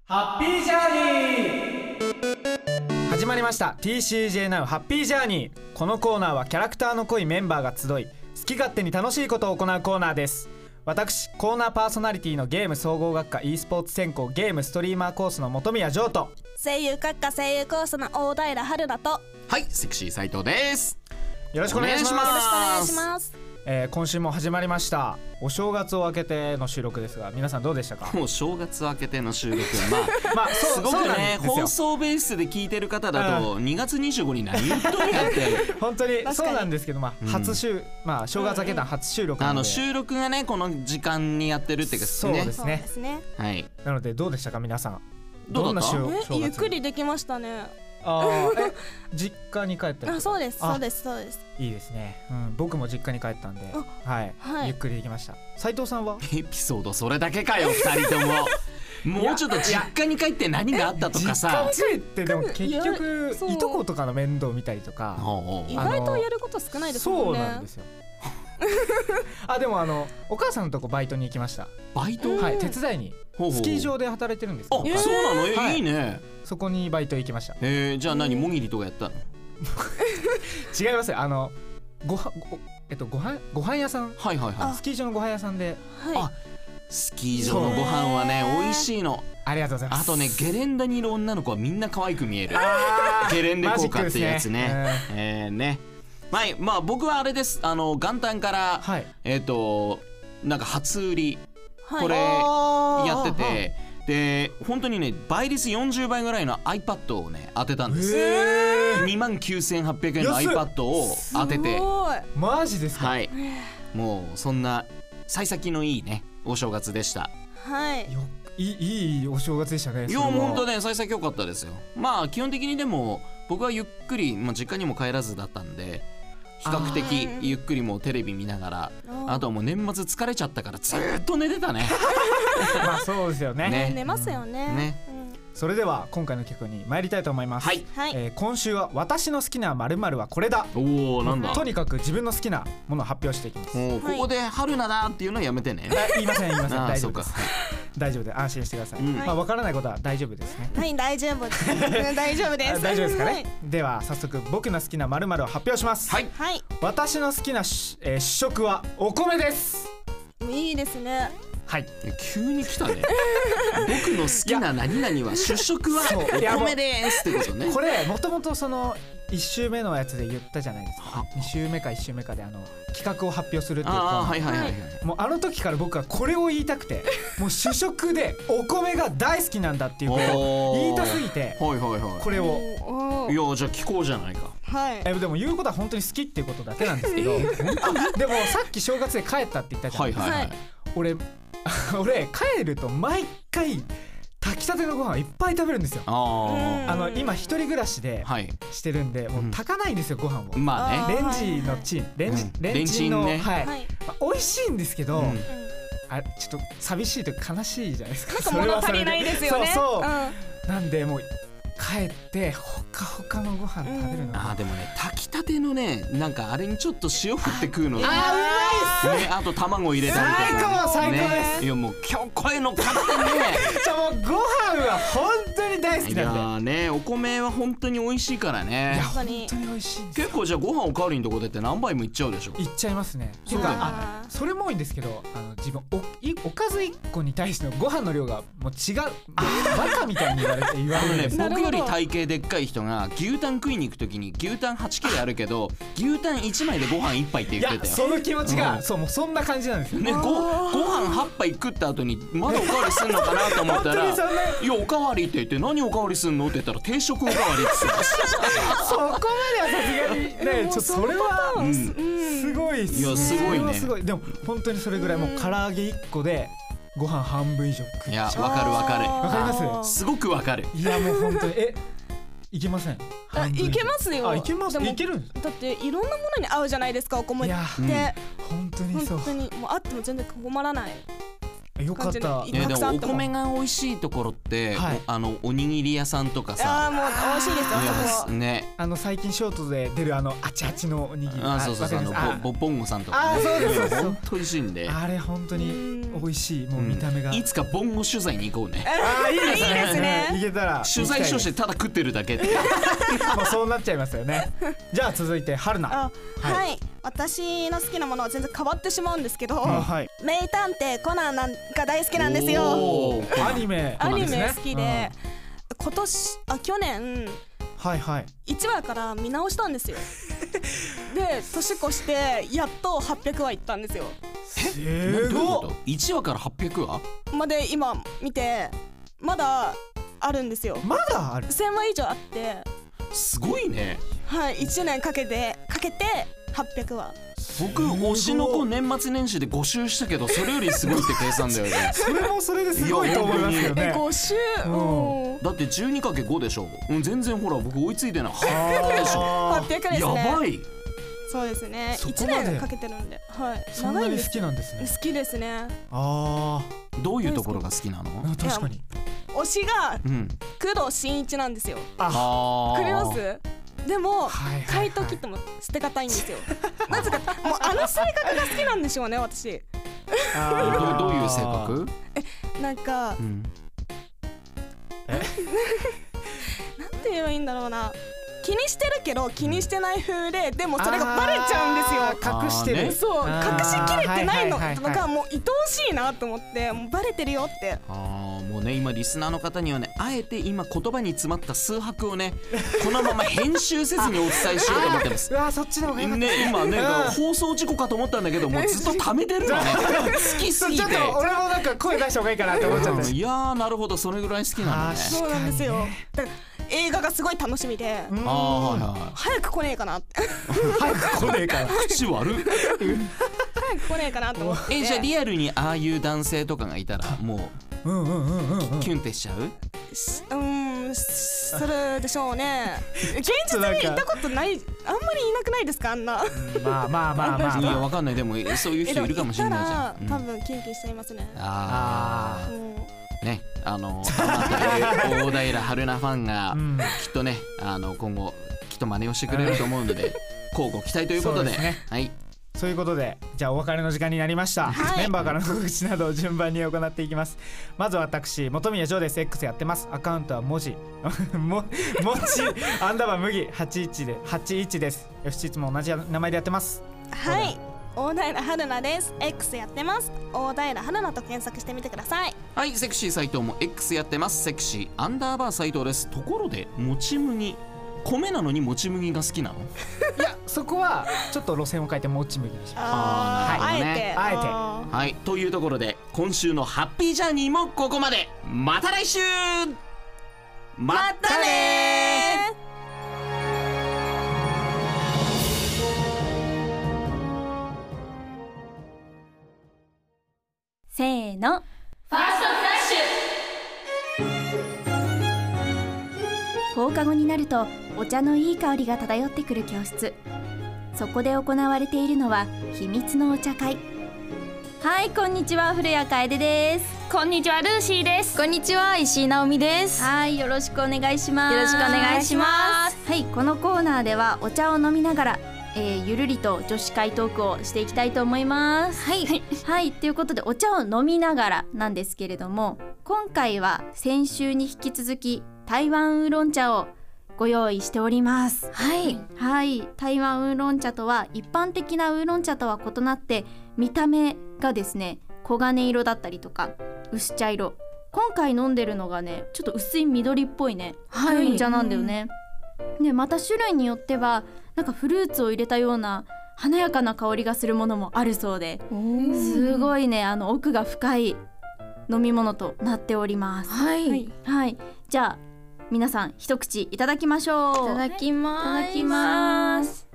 G: ハッピージャーニー
R: 始まりました TCJ Now ハッピージャーニーこのコーナーはキャラクターの濃いメンバーが集い好き勝手に楽しいことを行うコーナーです私コーナーパーソナリティのゲーム総合学科 e スポーツ専攻ゲームストリーマーコースの本宮譲と
S: 声優学科声優コースの大平春菜と
L: はいセクシー斉藤です
R: よろしくお願いし
S: よろしくお願
R: ま
S: いし
R: す
S: ます
R: えー今週も始まりましたお正月を明けての収録ですが皆さんどうでしたか
T: もう正月明けての収録
R: <laughs>
T: ま
R: ま
T: あ
R: あそう
T: すご
R: そ
T: く
R: うなんで
T: ね
R: すよ
T: 放送ベースで聞いてる方だと2月25日に何言っとるんやって
R: <laughs> 本当にそうなんですけどま
T: う
R: あ
T: ん
R: 初週、まあ正月明けた初収録な
T: あ
R: の
T: の
R: で
T: 収録がねこの時間にやってるっていうか
R: そうですね
T: はい
R: なのでどうでしたか皆さん
T: どうだった
R: どんな
S: え
R: 週正
S: ゆっ
R: 月
S: くりできましたね
R: あーえ実家に帰ったりとか
S: あそうです
R: あ
S: そうですそうです
R: いいですね、うん、僕も実家に帰ったんで、はい
S: はい
R: ゆっくりできました斉藤さんは
T: エピソードそれだけかよ2人とも <laughs> もうちょっと実家に帰って何があったとかさ
R: 実家に帰ってでも結
S: いや
R: 局
S: そう
R: いとことかの面倒見たりとか
S: 意外とやること少ないですもん
R: そ
S: ね
R: うなんですよあでもあのお母さんのとこバイトに行きました
T: バイ
R: トはい手伝いに
T: ほうほう
R: スキー場で働いてるんですけど
T: あそうなのえ
R: はい
T: いね
R: そこにバイト行きました
T: えーじゃあ何もぎりとかやったの
R: <laughs> 違いますよあのごはごえっとごはんご飯屋さん
T: はいはいはい
R: スキー場のご飯屋さんで
T: あスキー場のご飯はね美味しいの
R: ありがとうございます
T: あとねゲレンデにいる女の子はみんな可愛く見えるゲレンデ効果っていうやつね
R: マジ
T: えーねはいまあ僕はあれですあの元旦から、えっ、となんか初売り、
S: はい
T: これ
S: あー
T: やっててで本当にね倍率40倍ぐらいの iPad をね当てたんです、2万9800円の
R: 安い
T: iPad を当てて
R: マジですか
T: はいもうそんな幸先のいいねお正月でした
S: はい
R: いいいいお正月でしたね
T: い
R: それ
T: や
R: は
T: もうほんとね幸先良かったですよまあ基本的にでも僕はゆっくり、まあ、実家にも帰らずだったんで比較的ゆっくりもうテレビ見ながらあとはもう年末疲れちゃったからずーっと寝
R: <laughs>
T: てたね
R: まあそうですよね
S: 寝ますよね
T: ね
R: それでは今回の曲に参りたいと思います、はい
S: はい
R: えー今週は私の好きなまるはこれだ
T: おおなんだ
R: とにかく自分の好きなものを発表していきます
T: もうここで春菜だっていうのはやめてね
R: あ言いません言いません
T: <laughs> あー
R: 大丈
T: そう
R: 夫
T: か
R: です大丈夫で安心してください、
T: うん
R: まあわからないことは大丈夫ですね
S: はい大丈
R: <laughs>
T: <laughs>
S: 夫うん大丈夫で
R: あ
S: す
R: 大丈夫ですか
S: は
R: ね
S: い
R: では早速僕の好きなまるを発表します
T: はい、
S: はい、
R: 私の好きなし、えー主食はお米です
S: いいですね
R: はい
T: 急に来た
R: <laughs>
T: ね僕の好きな何々は主食は
R: そういや
T: お米ですってことね
R: これもともとその1週目のやつで言ったじゃないですか2週目か1週目かであの企画を発表するっていうコーナー
T: あーはいはいはいはい
R: もうあの時から僕はこれを言いたくてもう主食でお米が大好きなんだっていうことを
T: おー
R: <laughs> 言いたすぎて
T: はいはいはい
R: これを
S: お
T: いやじゃあ聞こうじゃないか
S: はい
R: えでも言うことは本当に好きっていうことだけなんですけ
T: <laughs>
R: どでもさっき正月で帰ったって言ったじゃないですか、
T: はいはいはい
R: 俺 <laughs> 俺帰ると毎回炊きたてのご飯をいっぱい食べるんですよ
T: あ
R: の今一人暮らしでしてるんで、もう炊かないんですよご飯を
T: まあね
R: レンジのチンレンジ、
T: うん
R: レンチンの
T: レンチンね
R: はい、
T: はい
R: まあ美味しいんですけど、
T: うん
R: あちょっと寂しいというか悲しいじゃないですか
S: なんか物足りないですよね
R: それはそれでそう
S: うん
R: そう、なんでもう帰ってほかほかのご飯食べるのが、
T: あーでもね炊きたてのねなんかあれにちょっと塩振って食うのね
R: あーうまいっす
T: ねあと卵入れたりとか
R: 最高最高です
S: <laughs>
T: ねいやもう今日声の勝手にね
R: じゃあもうご飯は本当に当に大好きなんで
T: いやーねお米は本当に美味しいからね
R: 本当に美味しい
T: 結構じゃあご飯おかわりのとこでって何杯もいっちゃうでしょ
R: いっちゃいますねて
T: そうだよね
R: かあそれも多いんですけどあの自分おいおかず1個に対してのご飯の量がもう違うバカみたいに言われて言わ
T: こ
R: れるん
T: れね
R: です
T: <laughs> 僕より体型でっかい人が牛タン食いに行くときに牛タン8切れあるけど牛タン1枚でご飯1杯って
R: い
T: 言って
R: や
T: たよ
R: その気持ちが、
T: うん
R: そうもうそんな感じなんですよ
T: ね、ごご飯8杯食った後にまだおかわりすんのかなと思ったら
R: 本
T: 「
R: 当にそんない
T: やおかわり」って言って「何おかわりすんの?」って言ったら「定食おかわり」って言って
R: <laughs> そこまではさすがにねちょそれは
T: うん
R: すごいっすね
T: いやすご
R: そ
T: いね
R: れはすごいでも本当にそれぐらいもう唐揚げ1個でご飯半分以上食
T: いやわかるわかる
R: わかります
T: すごくわかる
R: いやもう本当にえいけません
S: あいけますよ
R: あいけます
S: でも
R: いけるんです
S: だっていろんなものに合うじゃないですかお米って
R: や
S: 本当
R: にそう
S: 本当にもうあっても全然困らない
R: よ
S: かった
T: ねで
S: たく
T: も
S: さんあっ
T: お
S: ても
T: 米が美味しいところって、おあのおにぎり屋さんとかさ
S: あーもう美味しいですよ
T: いや
S: あそこ
T: ね
R: あの最近ショートで出るあのあちあちのおにぎり
T: あそうそうそうあ
R: わかります
T: のボボンゴさんと
R: あ
T: か、
R: そうですそうです
T: 本当美味しいんで
R: あれ本当に美味しいもう見た目が、
T: いつかボンゴ取材に行こうね
R: あーいいですね
T: いいですね
R: いけたら
T: 取材書してただ食ってるだけって
R: まあそうなっちゃいますよねじゃあ続いて春菜
S: はい、私の好きなものは全然変わってしまうんですけど、
R: あはい
S: 名探偵コナンなんか大好きなんですよ
R: おーアニメ
S: アニメ
R: なんす
S: 好
R: ね
S: きで今年あ去年
R: うんはいはい
S: 1話から見直した
R: <laughs>
S: んですよで年越してやっと800話いったんですよ
T: すごい1話から800話
S: まで今見てまだあるんですよ
R: まだある
S: 1000話以上あって
T: すごいね
S: はい1年かけてかけて800話
T: 僕推しの子年末年始で5周したけどそれよりすごいって計算だよね
R: それもそれですごいと思いますけどね
S: え5週うん
T: だって1 2かけ5でしょ、うん、全然ほら僕追いついてない800でしょ
S: 800ですね
T: やばい
S: そうですね
T: そこ
S: 1
T: まで
S: 年かけてるんではい
T: そんな
S: 長
T: に
S: いんです
T: 好きなんですね
S: 好きですね
T: あーどういうところが好きなの
S: 確か
T: に
S: 推しが
T: うん
S: 工藤新一なんですよ
T: ああ
S: くれますでも、怪盗キットも捨てがたいんですよなぜかもうあの性格が好きなんでしょうね私
T: どどういう性格
S: なんか
T: うん
S: なんて言えばいいんだろうな気にしてるけど気にしてない風ででもそれがバレちゃうんですよ
R: あー隠してる
S: そう
R: あー
S: 隠しきれてないの
T: はいはいはいはい
S: とかもう愛おしいなと思ってもうバレてるよって
T: あーもうね今リスナーの方にはねあえて今言葉に詰まった数拍をね <laughs> このまま編集せずにお伝えしようと思ってます
R: うわそっちの方が良かった
T: ね今ね
R: うん
T: 放送事故かと思ったんだけ
R: <laughs>
T: どもうずっと溜めてるのね好きすぎて
R: ちょっと俺もなんか声出した方がいいかなって思っちゃっ
T: う
R: て
T: んいやーなるほどそれぐらい好きなのね
S: そうなんですよだから映画がすごい楽しみで
T: ああはいは
S: 早く来ねえかなって
T: い早く来ねえから口悪っ
S: 早く来ねえかなと思って
T: えじゃあリアルにああいう男性とかがいたらもうキュンってしちゃう
S: すうーんするでしょうね現実に行ったことないあんまりいなくないですかあんな
R: まあまあまあまあ
T: い
R: まあ
T: やわかんないでもそういう人いるかもしれないじゃん
S: えでも行ったら多分キュンキュンしちゃいますね
T: ああねあの大平春菜ファンがきっとねあの今後きっと真似をしてくれると思うので交互期待ということで
R: そうですね
T: はい
R: ということでじゃあお別れの時間になりました、メンバーからの告知などを順番に行っていきますまず私本宮ジョーです X やってますアカウントは文字 <laughs> も文字アンダーバー麦81で81です FC も同じ名前でやってます
S: はい大平春菜です X やってます大平春菜と検索してみてください
T: はいセクシー斎藤も X やってますセクシーアンダーバー斎藤ですところでもち麦米なのにもち麦が好きなの
R: そこはちょっと路線を変えてもち麦にします
T: あーなるほどね
R: はいあえて
T: はいというところで今週のハッピージャーニーもここまでまた来週またねー
B: せーの
A: 放課後になるとお茶のいい香りが漂ってくる教室そこで行われているのは秘密のお茶会はいこんにちは古谷楓ですこんにちはルーシーですこんにちは石井直美ですはいよろしくお願いします
O: よろしくお願いします
A: はいこのコーナーではお茶を飲みながら、えーゆるりと女子会トークをしていきたいと思いますはいはいということでお茶を飲みながらなんですけれども今回は先週に引き続き台湾ウーロン茶をご用意しております
B: はい、
A: はい、台湾ウーロン茶とは一般的なウーロン茶とは異なって見た目がですね黄金色だったりとか薄茶色今回飲んでるのがねちょっと薄い緑っぽいね、
B: はい
A: お茶なんだよね、でまた種類によってはなんかフルーツを入れたような華やかな香りが <laughs> するものもあるそうですごいねあの奥が深い飲み物となっております
B: はい、はい
A: じゃあ皆さん一口いただきましょう
B: いただきま
A: いただきます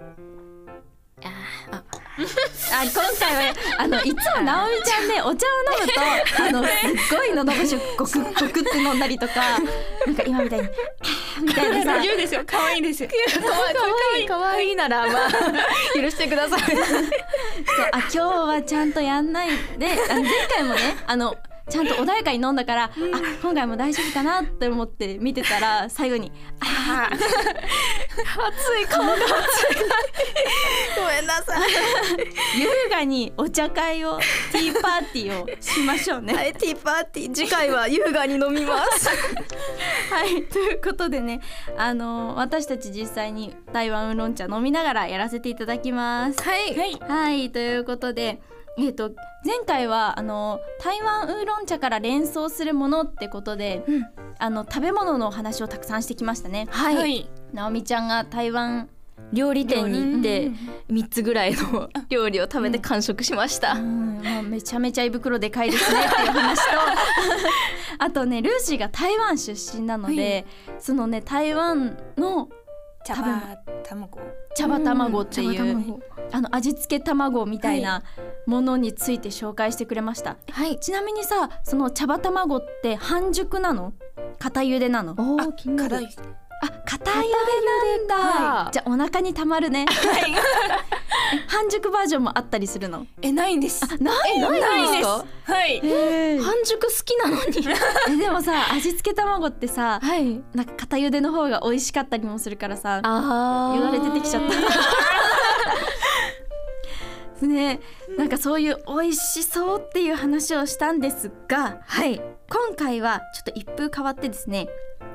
A: <laughs> あ、今回はねあのいつも直美ちゃんねお茶を飲むとあのすっごい喉越しをゴクゴクって飲んだりとかなんか今みたいに <laughs> あーみたいなさ
S: 言うですよ可愛いですよ
A: <laughs> 可愛い可愛いならまあ許してください。そうあ今日はちゃんとやんないであの前回もねあのちゃんと穏やかに飲んだから、あ今回も大丈夫かなって思って見てたら最後にあー熱い顔が熱い
S: ごめんなさい
A: 優雅にお茶会をティーパーティーをしましょうね。
S: はいティーパーティー次回は優雅に飲みます
A: はいということでねあの私たち実際に台湾ウーロン茶飲みながらやらせていただきます。
S: はい
A: はい、ということで。えー、と前回はあの台湾ウーロン茶から連想するものってことで、あの食べ物のお話をたくさんしてきましたね。
B: はいはい
A: 直美ちゃんが台湾
B: 料理店に行って3つぐらいの料理を食べて完食しました、
A: まあ、めちゃめちゃ胃袋でかいで
B: <laughs>
A: すねっていう話とあとねルーシーが台湾出身なので、そのね台湾の
S: 茶
A: 食べ物
S: 葉卵
A: 茶葉卵っていう、
S: うん茶葉卵
A: あの味付け卵みたいなものについて紹介してくれました、ちなみにさその茶葉卵って半熟なの固ゆでなのあ固ゆでなんだ、じゃあお腹にたまるね <laughs> え半熟バージョンもあったりするの
S: えないんです
A: ない
S: え
A: の
S: ないんです
A: か
S: はい
A: 半熟好きなのにえでもさ味付け卵ってさ、なんか片茹での方が美味しかったりもするからさ言われ出てきちゃった <laughs> ねなんかそういう美味しそうっていう話をしたんですが、はい、今回はちょっと一風変わってですね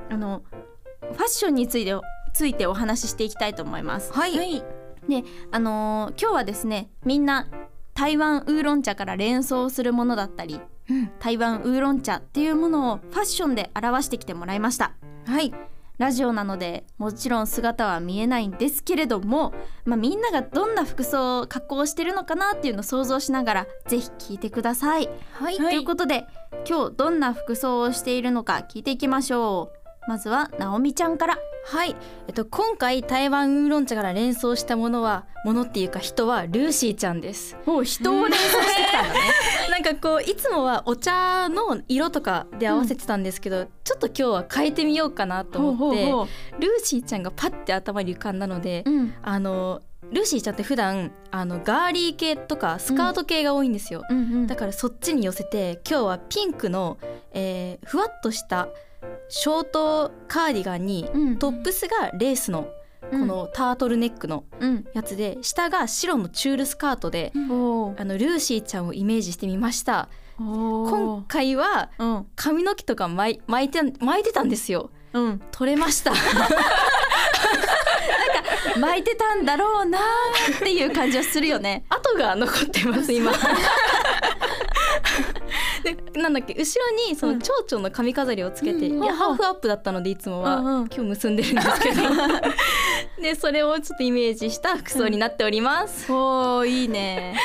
A: あのファッションについてついてお話ししていきたいと思います。はい、であのー今日はですねみんな台湾ウーロン茶から連想するものだったり、台湾ウーロン茶っていうものをファッションで表してきてもらいました。はいラジオなのでもちろん姿は見えないんですけれども、まあ、みんながどんな服装を加工してるのかなっていうのを想像しながらぜひ聞いてください。はい、ということで今日どんな服装をしているのか聞いていきましょう。まずはなおみちゃんから
B: はい、えっと、今回台湾ウーロン茶から連想したものはものっていうか人はルーシーちゃんです
A: もう人を連想してきたんだね
B: <laughs> なんかこういつもはお茶の色とかで合わせてたんですけど、ちょっと今日は変えてみようかなと思って
A: ほうほうほ
B: ルーシーちゃんがパッて頭に浮かんだので、
A: うん
B: あのルーシーちゃんって普段あのガーリー系とかスカート系が多いんですよ、だからそっちに寄せて今日はピンクの、えーふわっとしたショートカーディガンにトップスがレースのこのタートルネックのやつで下が白のチュールスカートであのルーシーちゃんをイメージしてみました今回は髪の毛とか巻い巻いて巻いてたんですよ取れました
A: 巻いてたんだろうなーっていう感じはするよね
B: 跡が残ってます今でなんだっけ後ろにその蝶々の髪飾りをつけて、
A: うん
B: いやハーフアップだったのでいつもは、
A: うん
B: 今日結んでるんですけ
A: <laughs>
B: どでそれをちょっとイメージした服装になっております、
A: おーいいね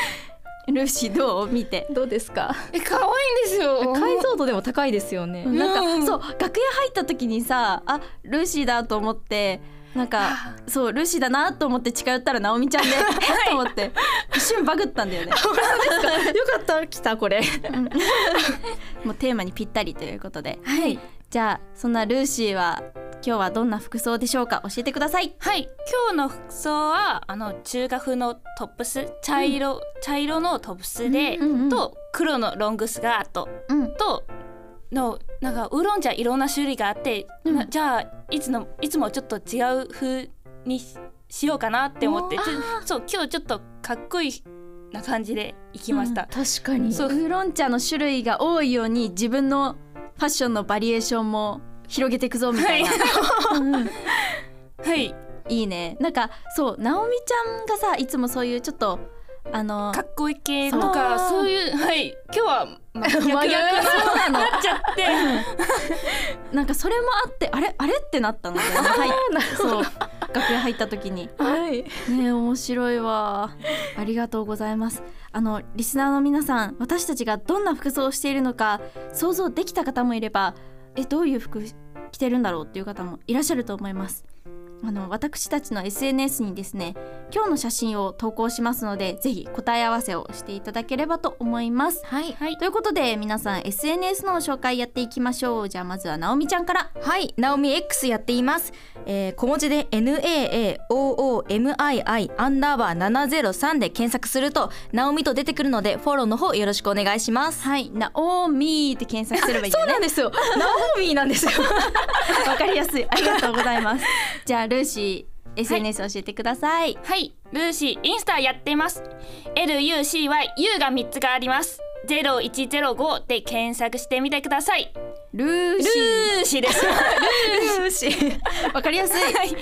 A: ルーシーどう見て
B: どうですか
S: え可愛いんですよ
B: 解像度でも高いですよね、
A: なんかそう楽屋入った時にさあルーシーだと思ってなんかそうルーシーだなと思って近寄ったら直美
B: <laughs>
A: ちゃんでえっと思って一瞬バグったんだよね
B: よかった来たこれ
A: <laughs> もうテーマにぴったりということでじゃあそんなルーシーは今日はどんな服装でしょうか教えてください
J: はい今日の服装はあの中華風のトップス茶色、茶色のトップスで、と黒のロングスカート、とのなんかウーロン茶いろんな種類があって、なじゃあいつのいつもちょっと違う風にししようかなって思ってちょそう今日ちょっとかっこいいな感じで行きました、
B: 確
A: そうウーロン茶の種類が多いように自分のファッションのバリエーションも広げていくぞみたいな。
J: <laughs> はい。
A: いいね。なんかそう直美ちゃんがさいつもそういうちょっとあの
J: かっこいい系とかそういうはい今日は
A: <laughs>
J: 真逆
A: 真逆そうなの
J: なっちゃって
A: <laughs> なんかそれもあってあれあれって <laughs> なったので、ね、はいそう楽屋入った時にはいね面白いわありがとうございますあのリスナーの皆さん私たちがどんな服装をしているのか想像できた方もいればえどういう服着てるんだろうっていう方もいらっしゃると思いますあの私たちの SNS にですね今日の写真を投稿しますのでぜひ答え合わせをしていただければと思います。
M: はい、
A: ということで皆さん SNS の紹介やっていきましょうじゃあまずはなおみちゃんから
M: はい、ナオミ X やっています。えー、小文字で NAOOMII アンダーバー703で検索すると、ナオミと出てくるので、フォローの方よろしくお願いします。
A: はい、ナオミーって検索すればいいよね。
M: <laughs> そうなん
A: <laughs>
M: ですよ。ナオミーなんですよ。
A: わかりやすいありがとうございます。じゃあルーシー SNS 教えてください。
J: はい、ルーシーインスタやってます LUCY U が3つがあります0105で検索してみてください
A: ルーシー
J: ルーシーです
A: ルーシー <laughs> わかりやすいはい、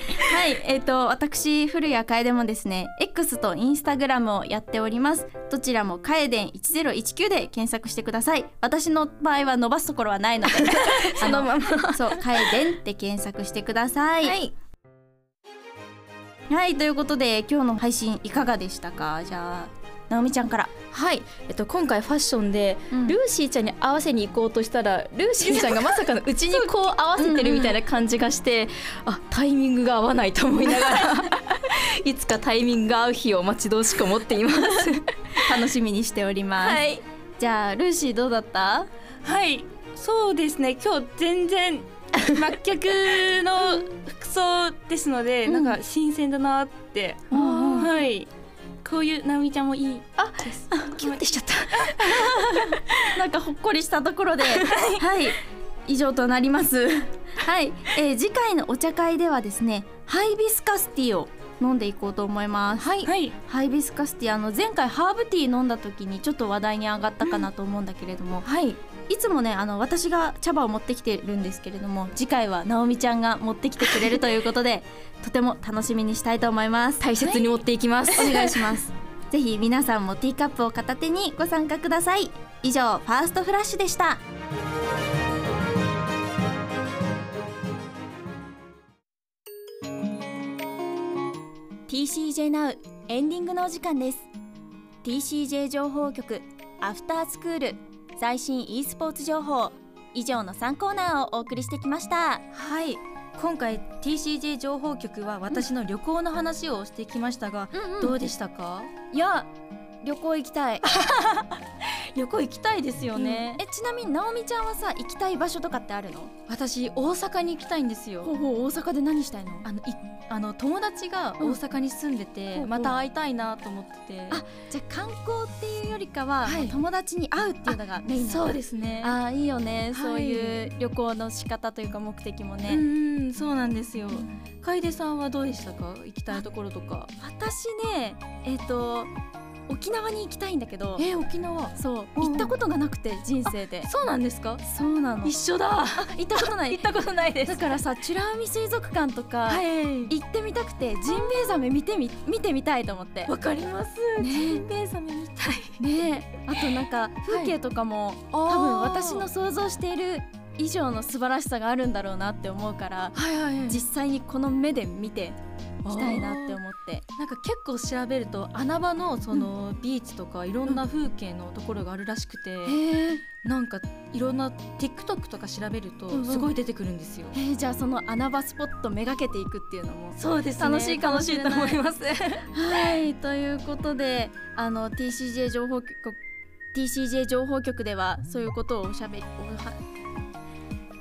A: えっ、と私古谷楓もですね X とインスタグラムをやっておりますどちらも楓1019で検索してください私の場合は伸ばすところは <laughs> ないのでそのままそう楓って検索してくださいはい、ということで今日の配信いかがでしたかじゃあ直美ちゃんから
M: はい、えっと、今回ファッションで、ルーシーちゃんに合わせに行こうとしたらルーシーちゃんがまさかのうちにこう合わせてるみたいな感じがして、あタイミングが合わないと思いな
A: <laughs>
M: がらいつかタイミングが合う日を待ち遠しく思っています
A: <laughs> 楽しみにしております、
J: はい
A: じゃあルーシーどうだった
J: はいそうですね今日全然真逆の服装ですので、なんか新鮮だなって、はいこういうなみちゃんもいいあ、
M: キュンってしちゃった
A: なんかほっこりしたところで、はい、以上となります。はい、えー次回のお茶会ではですね、ハイビスカスティーを飲んでいこうと思います。はいハイビスカスティー、あの前回ハーブティー飲んだ時にちょっと話題に上がったかなと思うんだけれども、
M: はい。
A: いつもね、あの私が茶葉を持ってきてるんですけれども、次回はなおみちゃんが持ってきてくれるということで、とても楽しみにしたいと思います。
M: 大切に持っていきます、
A: お願いします。ぜひ皆さんもティーカップを片手にご参加ください以上ファーストフラッシュでした
D: 「TCJ Now」エンディングのお時間です TCJ 情報局アフタースクール最新 e スポーツ情報以上の3コーナーをお送りしてきました
M: はい今回 TCJ 情報局は私の旅行の話をしてきましたが、
D: うん
M: どうでしたか
D: いや旅行行きたい
M: <laughs> 旅行行きたいですよね、
D: えちなみに直美ちゃんはさ行きたい場所とかってあるの
M: 私大阪に行きたいんですよ
D: ほうほう大阪で何したいの
M: あのいあの友達が大阪に住んでて、
D: うん
M: また会いたいなと思ってて、あ
D: じゃあ観光っていうよりかは、もう友達に会うっていうのがメイン
M: そうですね
D: ああーいいよね、
M: い
D: そういう旅行の仕方というか目的もね、
M: うんそうなんですよ楓さんはどうでしたか行きたいところとか
D: 私ねえっ、と沖縄に行きたいんだけど
M: えー、沖縄
D: そう行ったことがなくて人生で
M: そうなんですか
D: そうなの
M: 一緒だ
D: あ <laughs> 行ったことない
M: 行ったことないです
D: だからさ美ら海水族館とか、行ってみたくてジンベエザメ見てみ見てみたいと思って
M: わかりますジンベエザメみたい
D: ねあとなんか風景とかも、多分私の想像している以上の素晴らしさがあるんだろうなって思うから、実際にこの目で見ていきたいなって思って
M: なんか結構調べると穴場のそのビーチとかいろんな風景のところがあるらしくて、なんかいろんな TikTok とか調べる
D: うんう
M: と
D: ん
M: すごい出てくるんですよ。
D: えーじゃあその穴場スポットめがけていくっていうのも
M: そうですね
D: 楽しいかもしれない
M: 楽しいと思います
D: はいということであの TCJ 情報局 TCJ 情報局ではそういうことをおしゃべりおは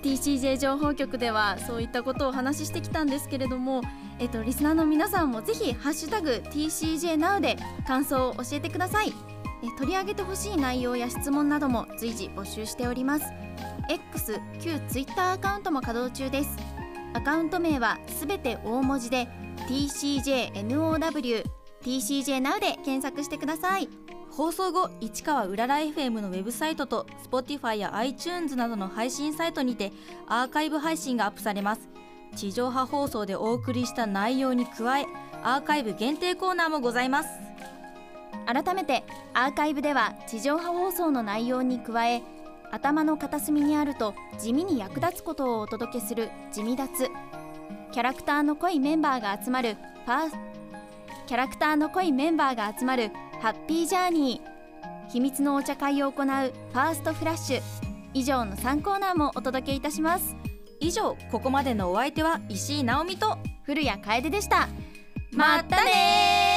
D: TCJ 情報局ではそういったことをお話ししてきたんですけれども、えっと、リスナーの皆さんもぜひ「ハッシュタグ #TCJNOW」で感想を教えてくださいえ取り上げてほしい内容や質問なども随時募集しております X 旧 Twitter アカウントも稼働中ですアカウント名はすべて大文字で TCJNOW TCJNOW で検索してください
B: 放送後市川うらら FM のウェブサイトと Spotify や iTunes などの配信サイトにてアーカイブ配信がアップされます地上波放送でお送りした内容に加えアーカイブ限定コーナーもございます
A: 改めてアーカイブでは地上波放送の内容に加え頭の片隅にあると地味に役立つことをお届けする「地味脱」キャラクターの濃いメンバーが集まるパーキャラクターの濃いメンバーが集まるハッピージャーニー秘密のお茶会を行うファーストフラッシュ以上の3コーナーもお届けいたします
B: 以上ここまでのお相手は石井直美と
A: 古谷楓でした
B: またね